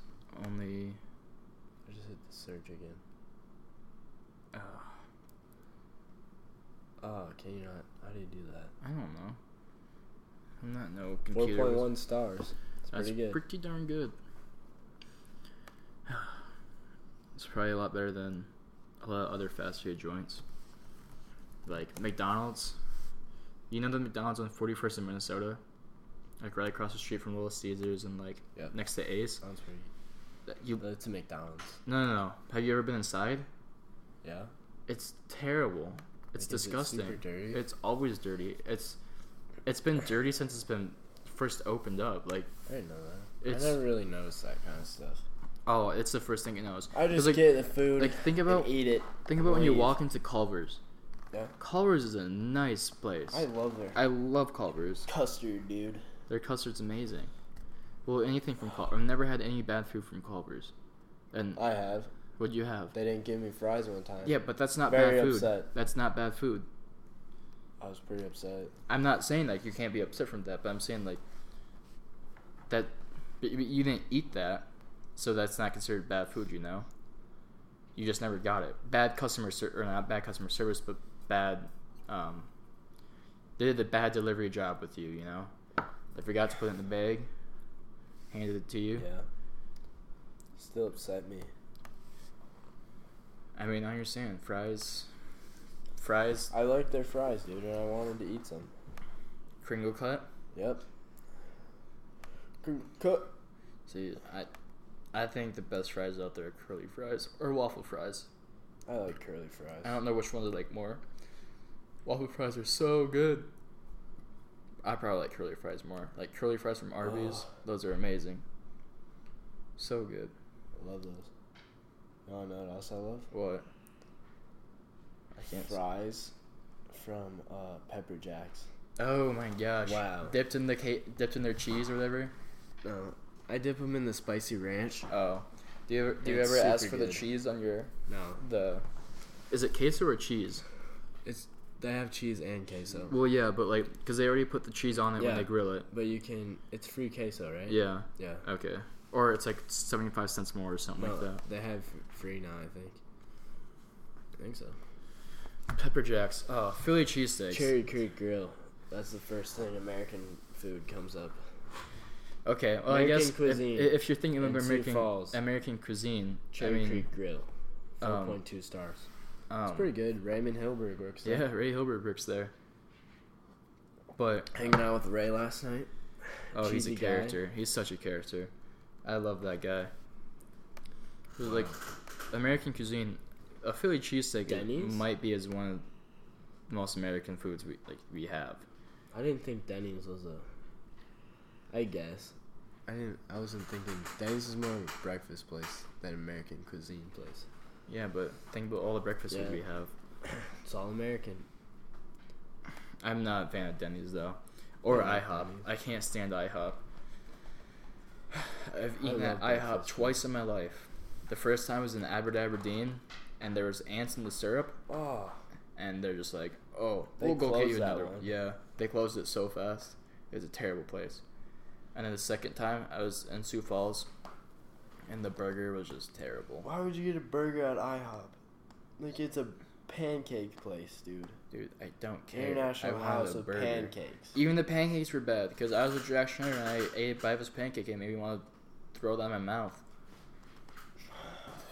only. out. I just hit the search again. Uh, Oh, can you not? How do you do that? I don't know. I'm not no Four computer. point one stars. It's That's pretty good. pretty darn good. It's probably a lot better than a lot of other fast food joints. Like McDonald's. You know the McDonald's on 41st in Minnesota? Like right across the street from Little Caesars and like Yep. next to Ace. Sounds pretty. That- You But it's a McDonald's. No, no, no. Have you ever been inside? Yeah. It's terrible. Like, is It's it disgusting. super dirty? It's always dirty. It's it's been dirty since it's been first opened up. Like I didn't know that. It's- I never really noticed that kind of stuff. oh, it's the first thing it knows. I 'Cause, just like, get the food. like, think about- and eat it. Think about when you Leave. walk into Culver's. Yeah. Culver's is a nice place. I love their I love Culver's. custard, dude. Their custard's amazing. Well, anything from Culver's. I've never had any bad food from Culver's. And I have. what do you have? They didn't give me fries one time. Yeah, but that's not Very bad food. upset. That's not bad food. I was pretty upset. I'm not saying like you can't be upset from that, but I'm saying like that but you- you didn't eat that. so that's not considered bad food, you know. You just never got it. Bad customer ser- or not bad customer service, but bad. Um, they did a bad delivery job with you, you know. They forgot to put it in the bag, handed it to you. Yeah. Still upset me. I mean, I understand fries, fries, I like their fries, dude, and I wanted to eat some. Kringle cut. Yep. Cut. See, I, I think the best fries out there are curly fries or waffle fries. I like curly fries. I don't know which ones I like more. Waffle fries are so good. I probably like curly fries more. Like curly fries from Arby's, Oh. those are amazing. So good. I love those. You wanna know what else I love? What? I can't. s- Fries from uh, Pepper Jacks. Oh my gosh! Wow. Dipped in the cake, dipped in their cheese or whatever. No, I dip them in the spicy ranch. Oh, do you ever do you It's ever ask super for the good. cheese on your No, the? Is it queso or cheese? it's they have cheese and queso, Well, yeah, but like, cause they already put the cheese on it when Yeah. they grill it. but you can. It's free queso, right? Yeah. Yeah. Okay. Or it's like seventy-five cents more or something No, like that. they have f- free now. I think. I think so. Pepper jacks. Oh, Philly cheesesteaks. Cherry Creek Grill. That's the first thing American food comes up. Okay. Well, I American guess if- cuisine. If, you're thinking of In Sioux American Falls. American cuisine, I Cherry mean, Creek Grill. Four um, point two stars. um, It's pretty good. Raymond Hilberg works. there. yeah, Ray Hilbert works there. But Hanging out with Ray last night. oh, he's a Cheesy guy. character. He's such a character. I love that guy. 'Cause, like American cuisine, a Philly cheesesteak it Denny's? might be as one of the most American foods we like we have. I didn't think Denny's was a. I guess. I didn't. I wasn't thinking Denny's is more of a breakfast place than American cuisine place. Yeah, but think about all the breakfast foods Yeah. we have. It's all American. I'm not a fan of Denny's though, or I like IHOP. Denny's. I can't stand IHOP. I've eaten I at love IHOP breakfast twice in my life. The first time was in Aberdeen, and there was ants in the syrup, Oh, and they're just like, "Oh, They we'll go get closed you that another one. one." Yeah, they closed it so fast. It was a terrible place. And then the second time, I was in Sioux Falls, and the burger was just terrible, why would you get a burger at IHOP? Like it's a pancake place, dude. dude. I don't care. I International wanted House a of burger. Pancakes. Even the pancakes were bad because I was a directioner and I ate a bite of his pancake and made me want to throw that in my mouth.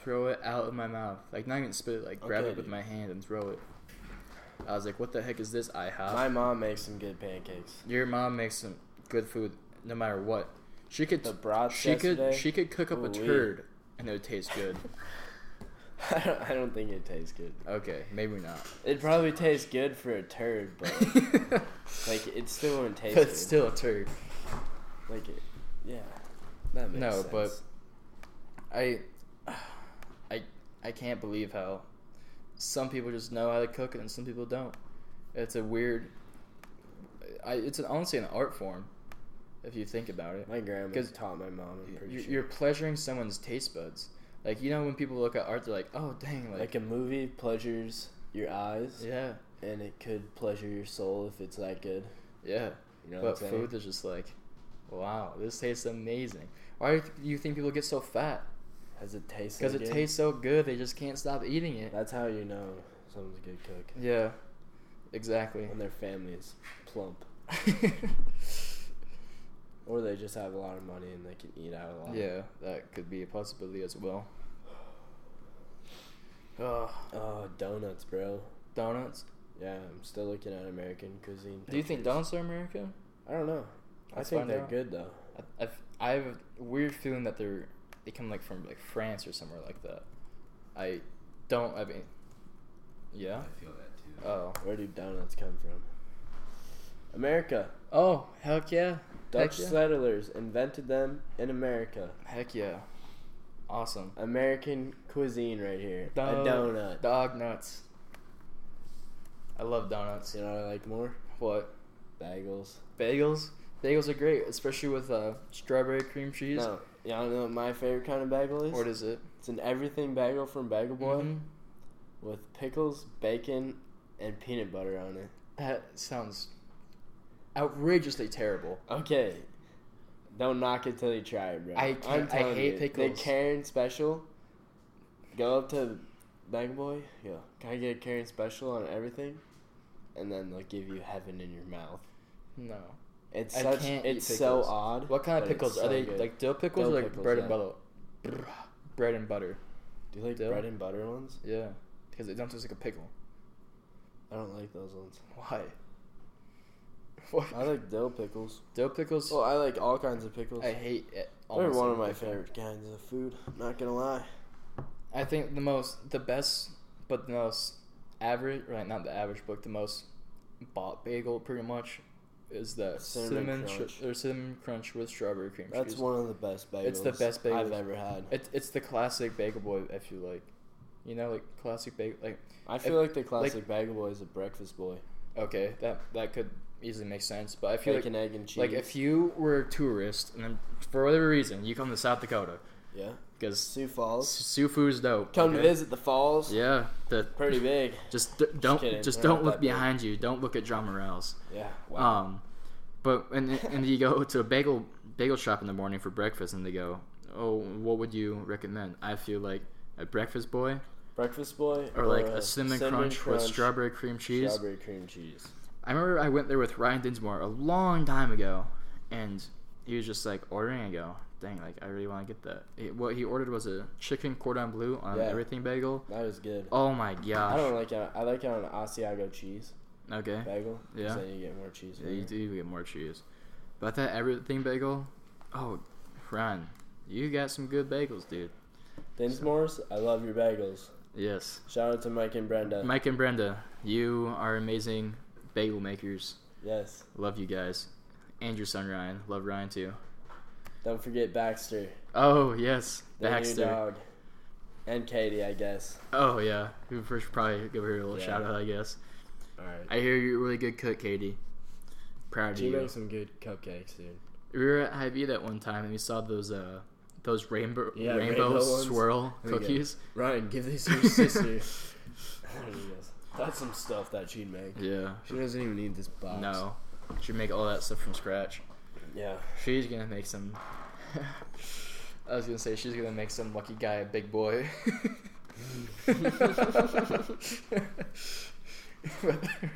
Throw it out of my mouth. Like, not even spit it, like, grab Okay, it with dude. my hand and throw it. I was like, what the heck is this IHOP? My mom makes some good pancakes. Your mom makes some good food no matter what. She could, The broth she could, she could cook up a Ooh-wee. turd and it would taste good. I don't, I don't think it tastes good. okay, maybe not. It probably tastes good for a turd, but like it still wouldn't taste but good. still a turd. Like it, yeah. That makes No, sense. but- I, I, I can't believe how some people just know how to cook it and some people don't. It's a weird. I, it's an, honestly an art form, if you think about it. my grandma 'Cause taught my mom. I'm pretty You're, sure. you're pleasuring someone's taste buds. Like you know when people look at art, they're like, "Oh dang!" Like, like, a movie pleasures your eyes, yeah, and it could pleasure your soul if it's that good. yeah. You know but what I'm saying? food is just like, wow, this tastes amazing. Why do you think people get so fat? Has it tasted? Because it tastes so good, they just can't stop eating it. That's how you know someone's a good cook Yeah, exactly. when their family is plump, or they just have a lot of money and they can eat out a lot. Yeah, that could be a possibility as well. Ugh, Oh, donuts, bro. donuts. Yeah, I'm still looking at American cuisine. Do you think pictures. donuts are American? I don't know. I Let's think find they're out. good though. I, I've, I have a weird feeling that they're they come like from like France or somewhere like that. I don't. I mean, yeah. I feel that too. Oh. Where do donuts come from? America. Oh heck yeah. Dutch heck yeah. settlers invented them in America. Heck yeah. Awesome. American cuisine right here. Dog- A donut. Dog nuts. I love donuts. You know what I like more? What? Bagels. Bagels. Bagels are great, especially with uh, strawberry cream cheese. No. Y'all know what my favorite kind of bagel is? What is it? it's an everything bagel from Bagel Boy Mhm. with pickles, bacon, and peanut butter on it. That sounds outrageously terrible. Okay. Don't knock it till you try it, bro. I I'm can't- I telling hate you, pickles. The Karen special. Go up to Bang Boy. Yo, can I get a Karen special on everything? And then they'll give you heaven in your mouth. No. It's I such. can't eat it's so pickles. odd. What kind of but it's pickles so are they? good. Like dill pickles Dill or like pickles, bread yeah. and butter? Brr, Bread and butter. Do you like dill? bread and butter ones? Yeah, because it don't taste like a pickle. I don't like those ones. Why? What? I like dill pickles. dill pickles. Well, I like all kinds of pickles. I hate it. They're almost one of every my pickle. favorite kinds of food. I'm not gonna lie. I think the most, the best, but the most average, right? Not the average, but the most bought bagel, pretty much, is the Cinnamon cinnamon, crunch. sh- or cinnamon crunch with strawberry cream That's cheese. one of the best bagels. It's the best I've bagels. ever had. It, it's the classic bagel boy, if you like, you know, like classic bagel. Like, I feel if- like the classic bagel boy is a breakfast boy. okay, that that could easily make sense, but I feel like Bacon, egg, and cheese. Like if you were a tourist and then for whatever reason you come to South Dakota yeah, because Sioux Falls. Sioux food's dope. Come to okay? visit the falls. Yeah, the, Pretty big. just d- don't kidding, just they're not don't that look big. behind you. Don't look at John Morales. Yeah. Wow. Um, but and and you go to a bagel bagel shop in the morning for breakfast and they go, oh, what would you recommend? I feel like a breakfast boy breakfast boy or like a cinnamon, crunch, with strawberry cream cheese. Uh, strawberry cream cheese. I remember I went there with Ryan Dinsmore a long time ago, and he was just like ordering. I go, dang, like I really want to get that. It, what he ordered was a chicken cordon bleu on Yeah. everything bagel. That was good. Oh my I gosh. don't like it. I like it on Asiago cheese Okay. bagel. 'cause Yeah. Then you get more cheese. Yeah, you flavor. do get more cheese. But that everything bagel, oh, Ryan, you got some good bagels, dude. Dinsmore's. I love your bagels. Yes. Shout out to Mike and Brenda. Mike and Brenda, you are amazing bagel makers. Yes. Love you guys. And your son Ryan. Love Ryan too. Don't forget Baxter. Oh yes, Their New Baxter. dog. And Katie, I guess. Oh yeah, we first should probably give her a little Yeah. shout out, I guess. All right. I hear you're a really good cook, Katie. Proud of She you. makes some good cupcakes, dude. We were at Hy-Vee that one time and we saw those uh those rainbow Yeah, rainbow, rainbow ones. swirl They're good. cookies. Ryan, give these to your sister. That's some stuff that she'd make. Yeah. She doesn't even need this box. No, she make all that stuff from scratch. Yeah. She's gonna make some. I was gonna say she's gonna make some lucky guy a big boy. but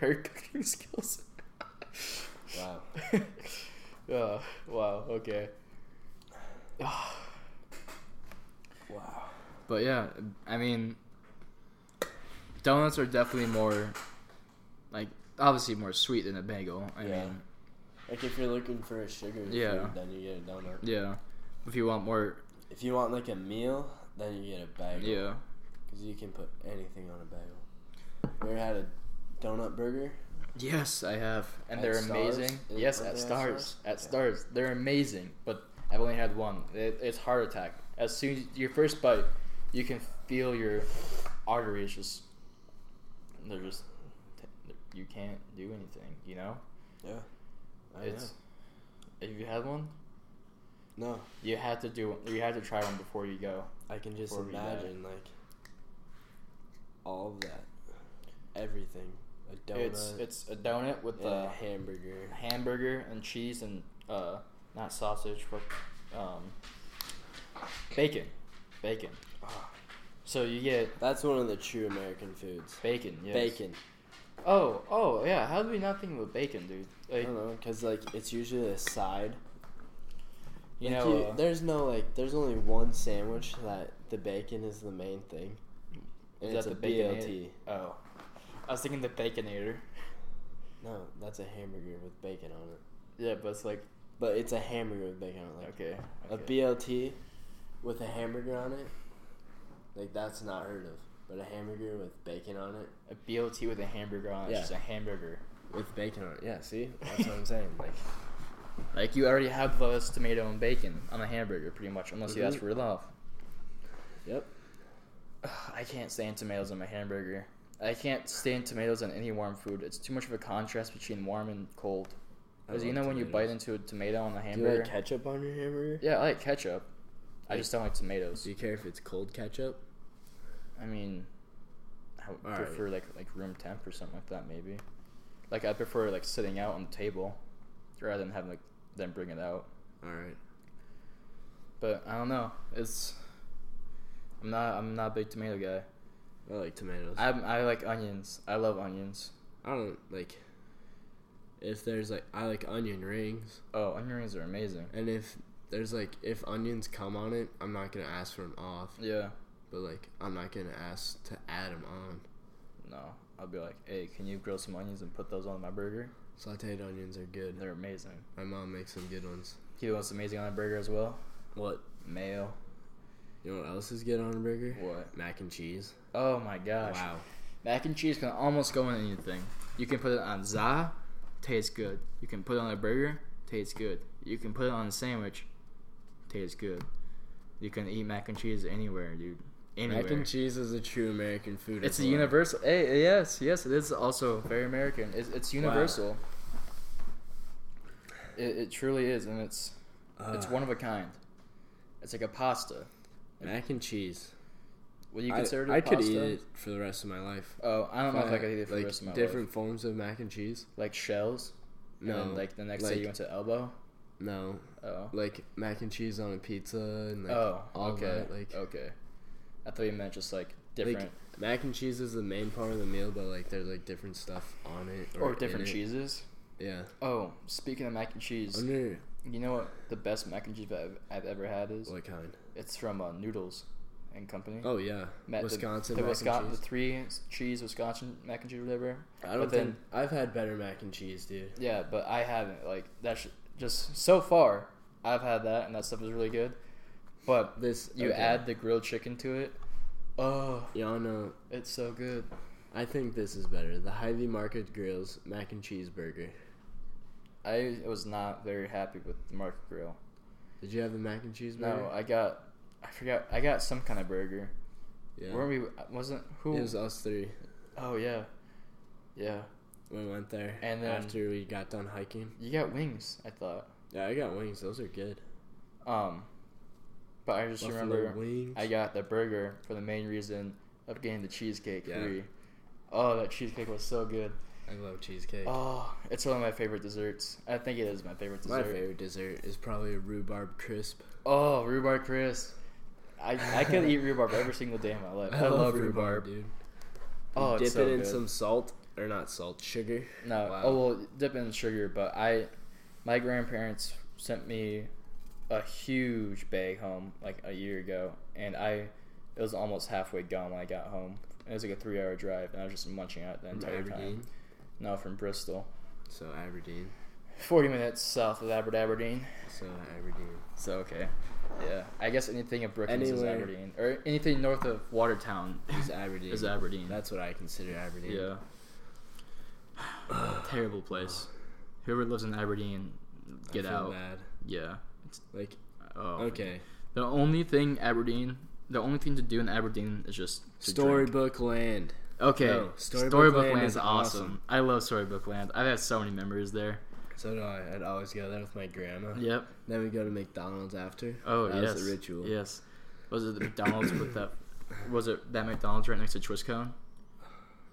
her cooking skills. Wow. oh, wow. Okay. Wow. But yeah, I mean, donuts are definitely more, like, obviously more sweet than a bagel. I Yeah. mean, Like if you're looking for a sugar Yeah. food, then you get a donut. yeah. If you want more, If you want like a meal, then you get a bagel. yeah. Because you can put anything on a bagel. You ever had a donut burger? Yes, I have, and At they're Stars? amazing. Is- yes, aren't at they at stars, Stars? at Yeah. stars, they're amazing. But I've only had one. It, it's heart attack. As soon as your first bite, you can feel your arteries just. They're just. You can't do anything. You know. Yeah. I It's. If you had one, know. No. you had to do. You had to try one before you go. I can just Before we die. imagine like all of that, everything, a donut, It's uh, it's a donut with and the a hamburger. hamburger and cheese and uh, not sausage, but um, bacon, bacon. Ah. So you get That's one of the true American foods. bacon. Yes. Bacon. Oh, oh yeah. How do we not think about bacon, dude? I Like don't know, cause like it's usually a side. you Like, know, you- uh, there's no like, there's only one sandwich that the bacon is the main thing. And is it's that a the baconator? BLT. Oh, I was thinking the baconator. No, that's a hamburger with bacon on it. Yeah, but it's like But it's a hamburger with bacon on it. Like okay. a okay. BLT with a hamburger on it, like that's not heard of. But a hamburger with bacon on it, A BLT with a hamburger on it. Yeah. It's just a hamburger. with bacon on it, yeah. See, that's what I'm saying. Like, Like you already have lettuce, tomato, and bacon on a hamburger, pretty much, unless you ask Mhm. for love. yep. Ugh, I can't stand tomatoes on my hamburger. I can't stand tomatoes on any warm food. It's too much of a contrast between warm and cold. I Because you love know when you bite tomatoes. into a tomato on a Do you hamburger. like ketchup on your hamburger? yeah, I like ketchup. I just don't like tomatoes. Do you care if it's cold ketchup? I mean, I would All right. prefer like like room temp or something like that maybe. Like I prefer like sitting out on the table rather than having like them bring it out. All right. But I don't know. It's I'm not I'm not a big tomato guy. I like tomatoes. I, I I like onions. I love onions. don't like if there's like I like onion rings, Oh, onion rings are amazing. and if there's like if onions come on it, I'm not gonna ask for them off, Yeah. but like I'm not gonna ask to add them on. No, I'll be like, hey, can you grill some onions and put those on my burger? Sauteed onions are good. They're amazing. My mom makes some good ones. You know what's amazing on a burger as well? What? Mayo. You know what else is good on a burger? What? Mac and cheese. Oh my gosh. Wow. Mac and cheese can almost go on anything. You can put it on za, tastes good. You can put it on a burger, tastes good. You can put it on a sandwich, tastes good. You can eat mac and cheese anywhere, dude. Anywhere. Mac and cheese is a true American food. It's as a well. universal. Hey, yes, yes, it is also very American. It's, it's universal. It, it truly is, and it's Ugh. it's one of a kind. It's like a pasta. Mac and cheese. Will you I- consider it I, a pasta? could eat it for the rest of my life. Oh, I don't know if I Like, could eat it for like, the rest of my different life. forms of mac and cheese. Like shells. No. No, And then, like the next day like- you went to elbow. No, Oh. like mac and cheese on a pizza and like oh. all okay. that. Like, okay. I thought you meant just like like, different mac and cheese is the main part of the meal, but like there's like different stuff on it or in different it. cheeses. Yeah, Oh, speaking of mac and cheese, under you know what the best mac and cheese I've, I've ever had is? what kind? It's from uh, Noodles and Company. Oh yeah, Ma- the- Wisconsin The, mac Wisconsin, and the cheese. three s- cheese Wisconsin mac and cheese, whatever. I don't but then- think I've had better mac and cheese, dude. Yeah, but I haven't. Like that's just so far, I've had that, and that stuff is really good. But This you okay. add the grilled chicken to it. Oh, y'all know. it's so good. I think this is better. The Hy-Vee Market Grills mac and cheese burger. I was not very happy with the Market Grill. Did you have the mac and cheese burger? No, I got, I forgot, I got some kind of burger. yeah. Weren't we? Wasn't who? It was uh, us three. oh yeah, yeah. We went there, And then- after we got done hiking, You got wings, I thought. yeah, I got wings. Those are good. Um, but I just Buffalo remember wings. I got the burger for the main reason of getting the cheesecake Yeah. free. Oh, that cheesecake was so good. I love cheesecake. Oh, it's one of my favorite desserts. I think it is my favorite My dessert. favorite dessert is probably a rhubarb crisp. Oh, rhubarb crisp. I, I could eat rhubarb every single day of my life. I, love, rhubarb. dude. Oh, Dip it's it so in good. some salt or not salt, sugar. No, Wow. oh well, dip in sugar. But I, my grandparents sent me a huge bag home like a year ago, and I, it was almost halfway gone when I got home. It was like a three-hour drive, and I was just munching out the From entire Aberdeen. time. No, from Bristol, So Aberdeen. forty minutes south of Aber- Aberdeen. So Aberdeen. So okay, yeah. I guess anything in Brookings is Anywhere. Aberdeen, or anything north of Watertown Is Aberdeen. is Aberdeen. That's what I consider Aberdeen. Yeah. Terrible place. Whoever lives in Aberdeen, I get feel out. Bad. Yeah. Like Oh. okay, The only thing Aberdeen, the only thing to do in Aberdeen is just to drink. Storybook Land. Okay. no, Storybook Storybook, Land Land, is is awesome. awesome. I love Storybook Land. I've had so many memories there. So do I. I'd always go there with my grandma. Yep. Then we go to McDonald's after. Oh that yes. was the ritual. Yes. Was it the McDonald's with that? Was it that McDonald's right next to Twist Cone?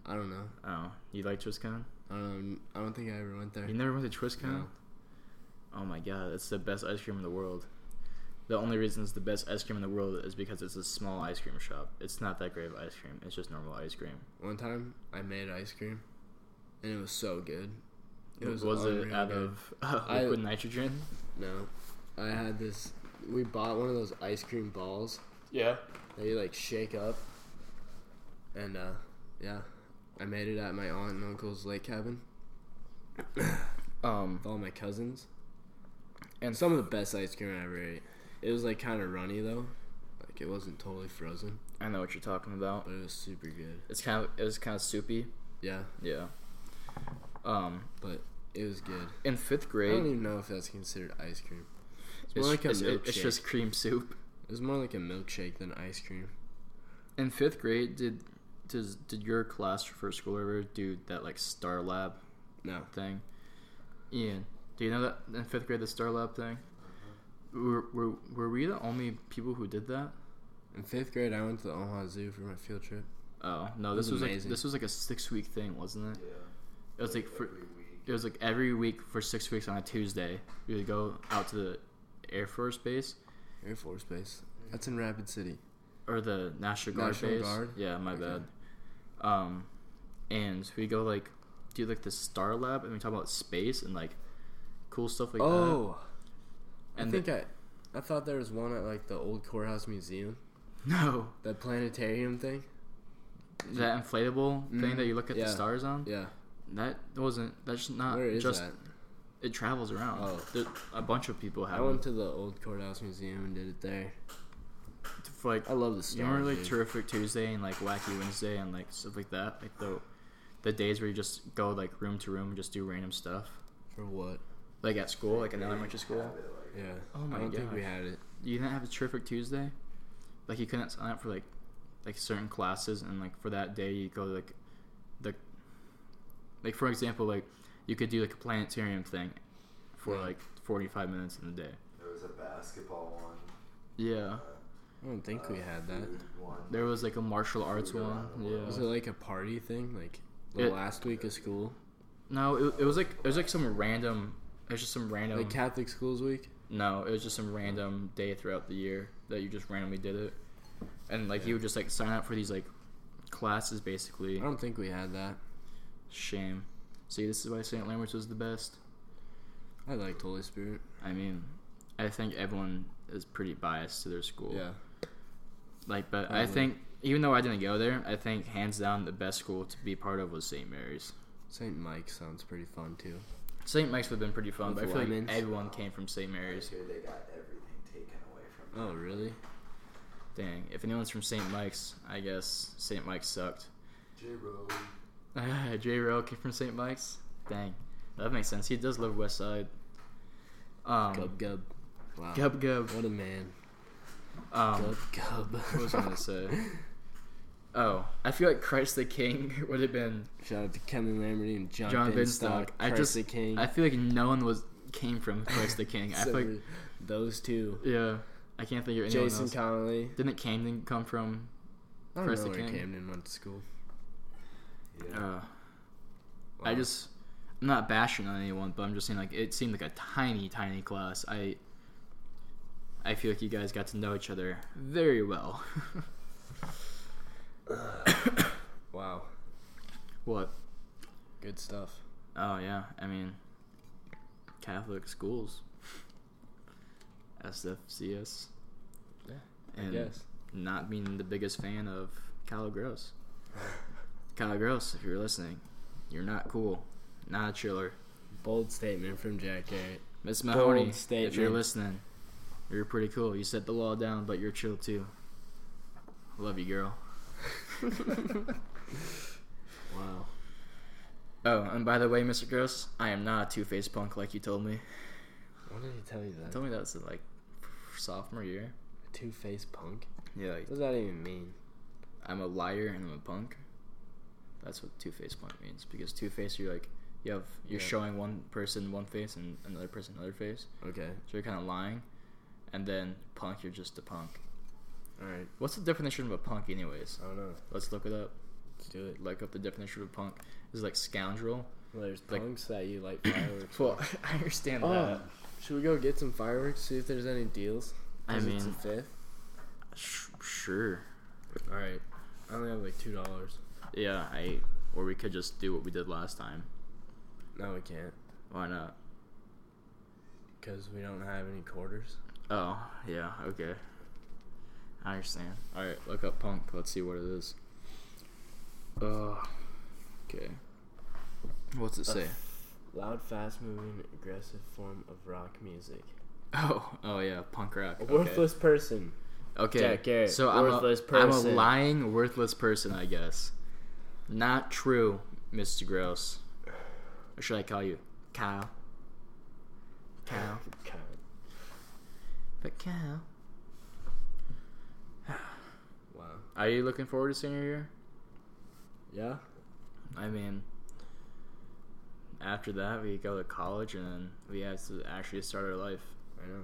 I don't know. Oh, you like Twist Cone? I don't. Know. I don't think I ever went there. You never went to Twist Cone? No. Oh my god, it's the best ice cream in the world. The only reason it's the best ice cream in the world is because it's a small ice cream shop. It's not that great of ice cream. It's just normal ice cream. One time I made ice cream, and it was so good. It was was, it unreal out good. of uh, I- liquid nitrogen? No, I had this. We bought one of those ice cream balls Yeah. that you like shake up, and uh, yeah, I made it at my aunt and uncle's lake cabin Um. with all my cousins. And Some of the best ice cream I ever ate. It was like kind of runny though, like it wasn't totally frozen, I know what you're talking about. but it was super good. It's kind of it was kind of soupy. Yeah, Yeah. Um. but it was good. In fifth I don't grade, even know if that's considered ice cream. It's more it's, like a it's- it- milkshake. it's just cream soup. It was more like a milkshake than ice cream. In fifth grade, did does did your class for school ever do that like Star Lab No. thing. Ian, do you know that in fifth grade the Star Lab thing? Were, were, were we the only people who did that? In fifth grade, I went to the Omaha Zoo for my field trip. Oh no, was this was like amazing. this was like a six week thing, wasn't it? Yeah. It was like for every week. it was like every week for six weeks on a Tuesday, we would go out to the Air Force base, Air Force Base. That's in Rapid City. or the National Guard National base. Guard? Yeah, my Okay. bad. Um, and we go like do like the Star Lab, and we talk about space and like cool stuff like oh, that. I And think the- I, I thought there was one at like the old courthouse museum, no, that planetarium thing. that inflatable thing that you look at Mm, yeah. the stars on. Yeah, That wasn't. That's not where is just. that? It travels around. Oh. There- a bunch of people I have went it to the old courthouse museum and did it there. for like I love the you stars. remember like dude. Terrific Tuesday and like Wacky Wednesday and like stuff like that. Like the the days where you just go like room to room and just do random stuff. for what? Like at school, like in elementary school. Yeah. Oh my I don't think we gosh. had it. You didn't have a terrific Tuesday? Like you couldn't sign up for like like certain classes and like for that day you go like the like for example, like you could do like a planetarium thing for Yeah. like forty five minutes in the day. There was a basketball one. Yeah. I don't think we had that. food One. There was like a martial arts one. Was Yeah. it like a party thing? Like the Uh, It- last week of school, No, it, it was like it was like some random it was just some random like Catholic Schools Week. No, it was just some random day throughout the year that you just randomly did it. And like Yeah. you would just like sign up for these like classes basically. I don't think we had that. Shame. See, this is why St. Lambert's was the best. I liked Holy Spirit. I mean, I think everyone is pretty biased to their school. Yeah. Like, but I Probably. think even though I didn't go there, I think hands down the best school to be part of was St. Mary's. St. Mike sounds pretty fun too. St. Mike's would have been pretty fun, With but I feel lemons. like everyone came from St. Mary's. Here they got everything taken away from Oh, really? Dang, if anyone's from St. Mike's, I guess St. Mike's sucked. J. Rowe. J. Rowe came from St. Mike's. Dang, that makes sense. He does live West Side. Um, Gub gub. Wow. Gub Gub. What a man. Um, Gub gub. What was I gonna say? Oh, I feel like Christ the King would have been Shout out to Kevin Lamberty and John, John Binstock. Binstock. I Christ just, the King. I feel like no one was came from Christ the King. I So feel like, we're- those two. yeah, I can't think of anyone Jason else. Connolly. Didn't Camden come from? I don't Christ know the where King. Camden went to school. Yeah. Uh, I Wow. just, I'm not bashing on anyone, but I'm just saying like it seemed like a tiny, tiny class. I, I feel like you guys got to know each other very well. wow. what? Good stuff. Oh yeah, I mean, Catholic schools, SFCS. Yeah, and yes. not being the biggest fan of Kyle Gross. Kyle Gross, if you're listening, you're not cool, not a chiller. Bold statement from Jack Garrett. Miss Mahoney, statement. if you're listening, you're pretty cool. You set the law down, but you're chill too. Love you, girl. Wow. Oh, and by the way, Mr. Gross, I am not a two-faced punk like you told me. Why did he tell you You that? told me that was in, like sophomore year. Two faced punk? Yeah, like What does that even mean? I'm a liar and I'm a punk. That's what two faced punk means because two faced you're like you have you're Yeah. showing one person one face and another person another face, Okay. so you're kind of lying. And then punk, you're just a punk. Alright. What's the definition of a punk, anyways? I don't know. Let's look it up. Let's do it. Look up the definition of a punk. Is like scoundrel. Well, there's Like- punks that you like fireworks. Well, I understand oh, that. should we go get some fireworks? See if there's any deals. I 'Cause it's the mean- fifth. Sh- sure. All right. I only have like two dollars. Yeah, I. Or we could just do what we did last time. No, we can't, Why not? cause we don't have any quarters. Oh, yeah, okay. I understand. Alright, look up punk. Let's see what it is. Uh, okay. What's it say? Loud, fast-moving, aggressive form of rock music. Oh, oh yeah, punk rock. A okay. worthless person. Okay, Jack Garrett, so I'm worthless a, I'm person. a lying, worthless person, I guess. Not true, Mr. Gross. Or should I call you Kyle? Kyle. God. But Kyle. Wow. Are you looking forward to senior year? Yeah. I mean, after that we go to college and then we have to actually start our life. I know.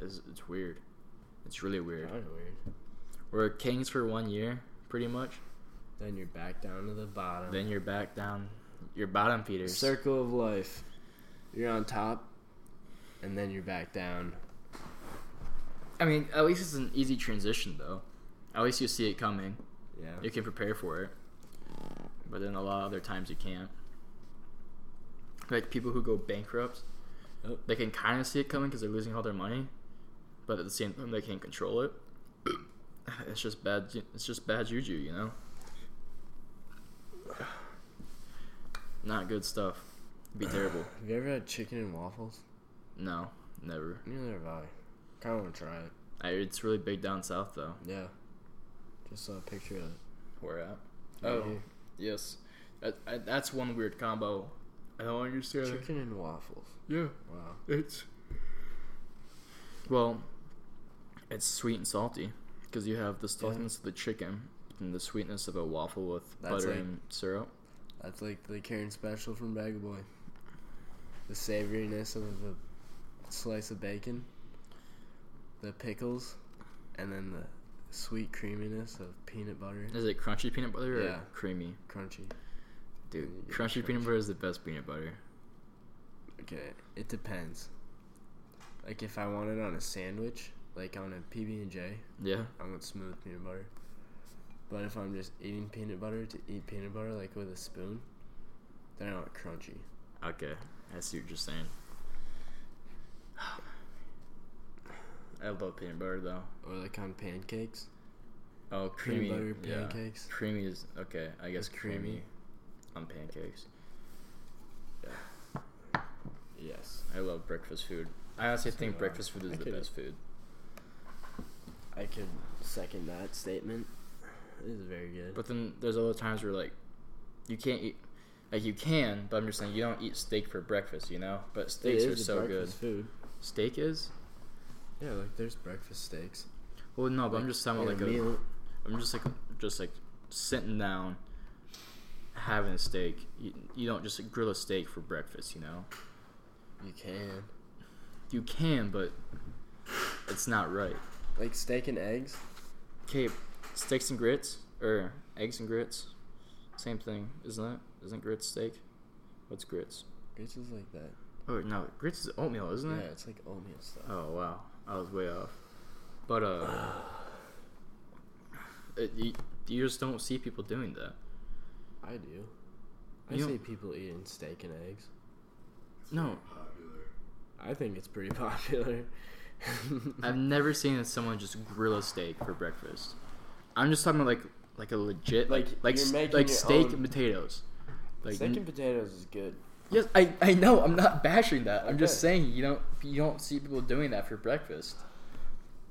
It's, it's weird. It's really weird. Kind of weird. We're kings for one year, pretty much. Then you're back down to the bottom. Then you're back down. Your bottom feeders. Circle of life. You're on top, and then you're back down. I mean, at least it's an easy transition though. At least you see it coming. Yeah. You can prepare for it. But then a lot of other times you can't. Like people who go bankrupt, Oh. they can kind of see it coming because they're losing all their money, but at the same time they can't control it. It's just bad. ju- It's just bad juju, you know. Not good stuff. Be terrible. Have you ever had chicken and waffles? No, never. Neither have I. Kind of want to try it. I, it's really big down south though. Yeah. Just saw a picture of it. Where at? Right oh, here. yes. That I, that's one weird combo. I don't understand. it. Chicken and waffles. Yeah, Wow. it's. Well, it's sweet and salty because you have the saltiness of the chicken and the sweetness of a waffle with That's butter like- and syrup. That's like the Karen special from Bagaboy. The savoriness of a slice of bacon, the pickles, and then the sweet creaminess of peanut butter. Is it crunchy peanut butter or Yeah. creamy? Crunchy. Dude, Mm, yeah, crunchy peanut crunchy. butter is the best peanut butter. Okay, it depends. Like if I want it on a sandwich, like on a PB and J, Yeah. I want smooth peanut butter. But if I'm just eating peanut butter to eat peanut butter, like with a spoon, then I want crunchy. Okay, I see what you're saying. I love peanut butter though. Or like on pancakes, Oh, creamy. peanut butter yeah. pancakes. Creamy is okay. I guess It's creamy. creamy. on pancakes. Yes. I love breakfast food. I honestly So think do I. breakfast food is I the could- best food. I could second that statement. It is very good. But then there's other times where like you can't eat. Like you can, but I'm just saying you don't eat steak for breakfast, you know. But steaks are so good. Food. Steak is? Yeah, like there's breakfast steaks. Well, no, but I'm Like, just talking about in like a a. meal. I'm just like just like sitting down, having a steak. You, you don't just grill a steak for breakfast, you know. You can You can, but it's not right. like steak and eggs. Okay, steaks and grits or eggs and grits, same thing, isn't it? Isn't grits steak? What's grits? Grits is like that. Oh no, grits is oatmeal, isn't Yeah, it? it's like oatmeal stuff. Oh wow, I was way off. But uh, it, Uh, you, you just don't see people doing that. I do. I You see don't- people eating steak and eggs. No, Popular. I think it's pretty popular. I've never seen someone just grill a steak for breakfast. I'm just talking about like like a legit like Like, like you're s- making like your steak own- and potatoes. Like steak and potatoes is good. Yes, I, I know. I'm not bashing that. I'm just Okay. saying you don't you don't see people doing that for breakfast.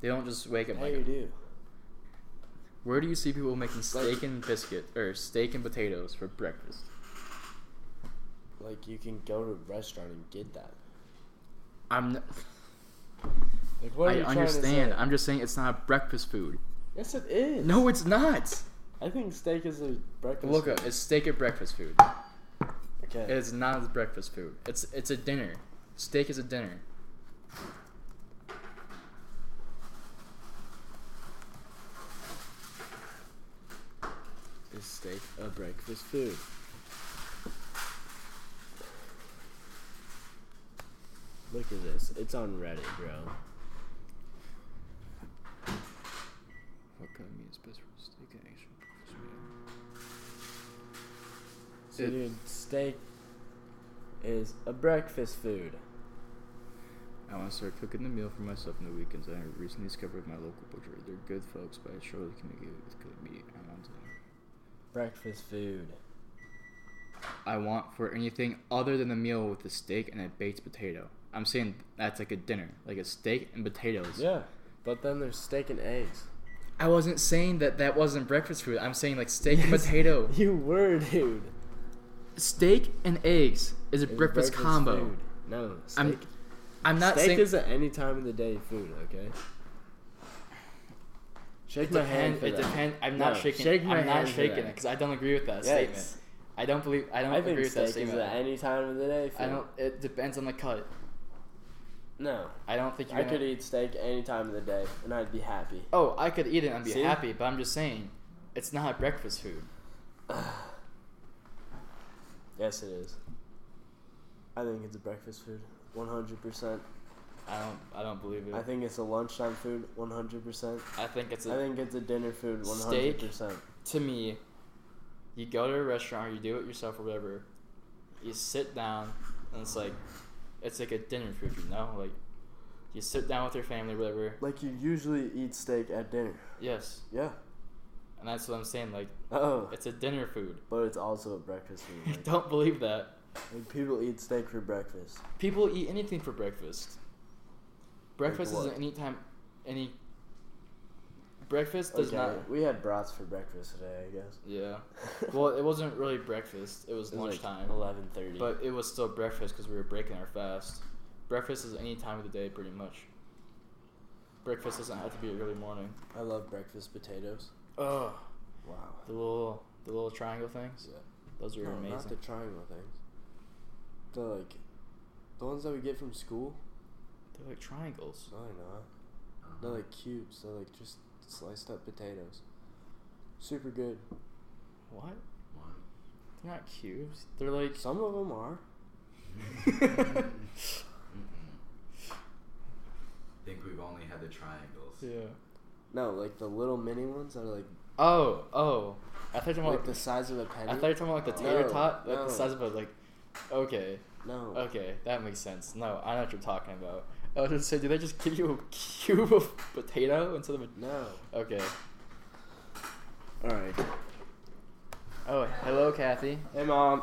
They don't just wake up How like. you do? Where do you see people making steak and biscuit or steak and potatoes for breakfast? Like you can go to a restaurant and get that. I'm. N- Like what are I you trying to understand. say? I'm just saying it's not a breakfast food. Yes, it is. No, it's not. I think steak is a breakfast. Look up. It's steak and breakfast food. Okay. It's not a breakfast food. It's it's a dinner. Steak is a dinner. Is steak a breakfast food? Look at this. It's on Reddit, bro. What kind of meat is best for steak and eggs? So, It- dude, steak is a breakfast food. I want to start cooking the meal for myself on the weekends. I recently discovered my local butcher. They're good folks, but I surely can make it with good meat. I'm on to them. Breakfast food. I want for anything other than the meal with a steak and a baked potato. I'm saying that's like a dinner, like a steak and potatoes. Yeah, but then there's steak and eggs. I wasn't saying that that wasn't breakfast food. I'm saying like steak and potato. You were, dude. Steak and eggs is a It's breakfast, combo. Food. No, steak. I'm I'm not steak saying is at any time of the day food. Okay. Shake my hand. for It that. depends. I'm No, not shaking. shake my I'm not hand for shaking it that. because I don't agree with that Yeah, statement. it's- I don't believe. I don't I agree think with that steak is statement. at any time of the day. Food. I don't. It depends on the cut. No, I don't think you're I gonna- could eat steak any time of the day, and I'd be happy. Oh, I could eat it and be See? happy, but I'm just saying, it's not breakfast food. Yes, it is. I think it's a breakfast food, one hundred percent. I don't. I don't believe it. I think it's a lunchtime food, 100%. I think it's I a, think it's a dinner food, 100%. Steak? to me. You go to a restaurant, or you do it yourself, or whatever. You sit down, and it's like, it's like a dinner food, you know. Like, you sit down with your family, whatever. Like you usually eat steak at dinner. Yes, Yeah. and that's what I'm saying. Like, Oh. it's a dinner food. But it's also a breakfast I food. Like, don't believe that. like people eat steak for breakfast. People eat anything for breakfast. Breakfast what? isn't any time, any. Breakfast does okay. not. We had brats for breakfast today, I guess. Yeah. Well, it wasn't really breakfast. It was lunchtime, eleven thirty. but it was still breakfast because we were breaking our fast. Breakfast is any time of the day, pretty much. Breakfast doesn't have to be early morning. I love breakfast potatoes. Oh, Wow. the little the little triangle things. Those are No, Not the amazing. triangle things. The like, the ones that we get from school. They're like triangles. No, they're not. Uh-huh. They're like cubes. They're like just sliced up potatoes. Super good. What? One. They're not cubes. They're like. Some of them are. Mm-mm. think we've only had the triangles. yeah. No, like the little mini ones that are like Oh, oh. I thought you were like like the size of a penny. I thought you were talking about like the tater No, tot, like no. the size of a like. Okay, no. okay, that makes sense. No, I know what you're talking about. I was gonna say, did they just give you a cube of potato instead of a? No. Okay. All right. Oh, hello, Kathy. Hey, mom.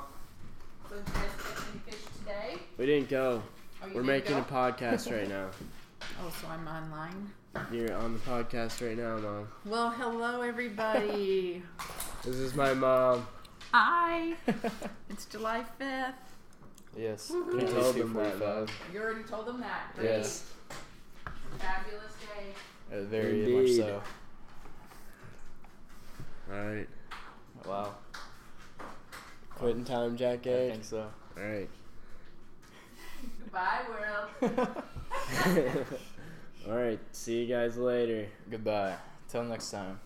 So did you guys catch any fish today? We didn't go. Are you We're gonna making go? a podcast right now. Oh, so I'm online. You're on the podcast right now, mom. Well, hello everybody. This is my mom. Hi. It's July 5th. yes. We Katie's told them that, 245. love. You already told them that. Great. Yes. Fabulous day. Uh, Very much Indeed. so. All right. Wow. Quitting time, Jack I Gage. think so. All right. Goodbye, world. All right. See you guys later. Goodbye. Till next time.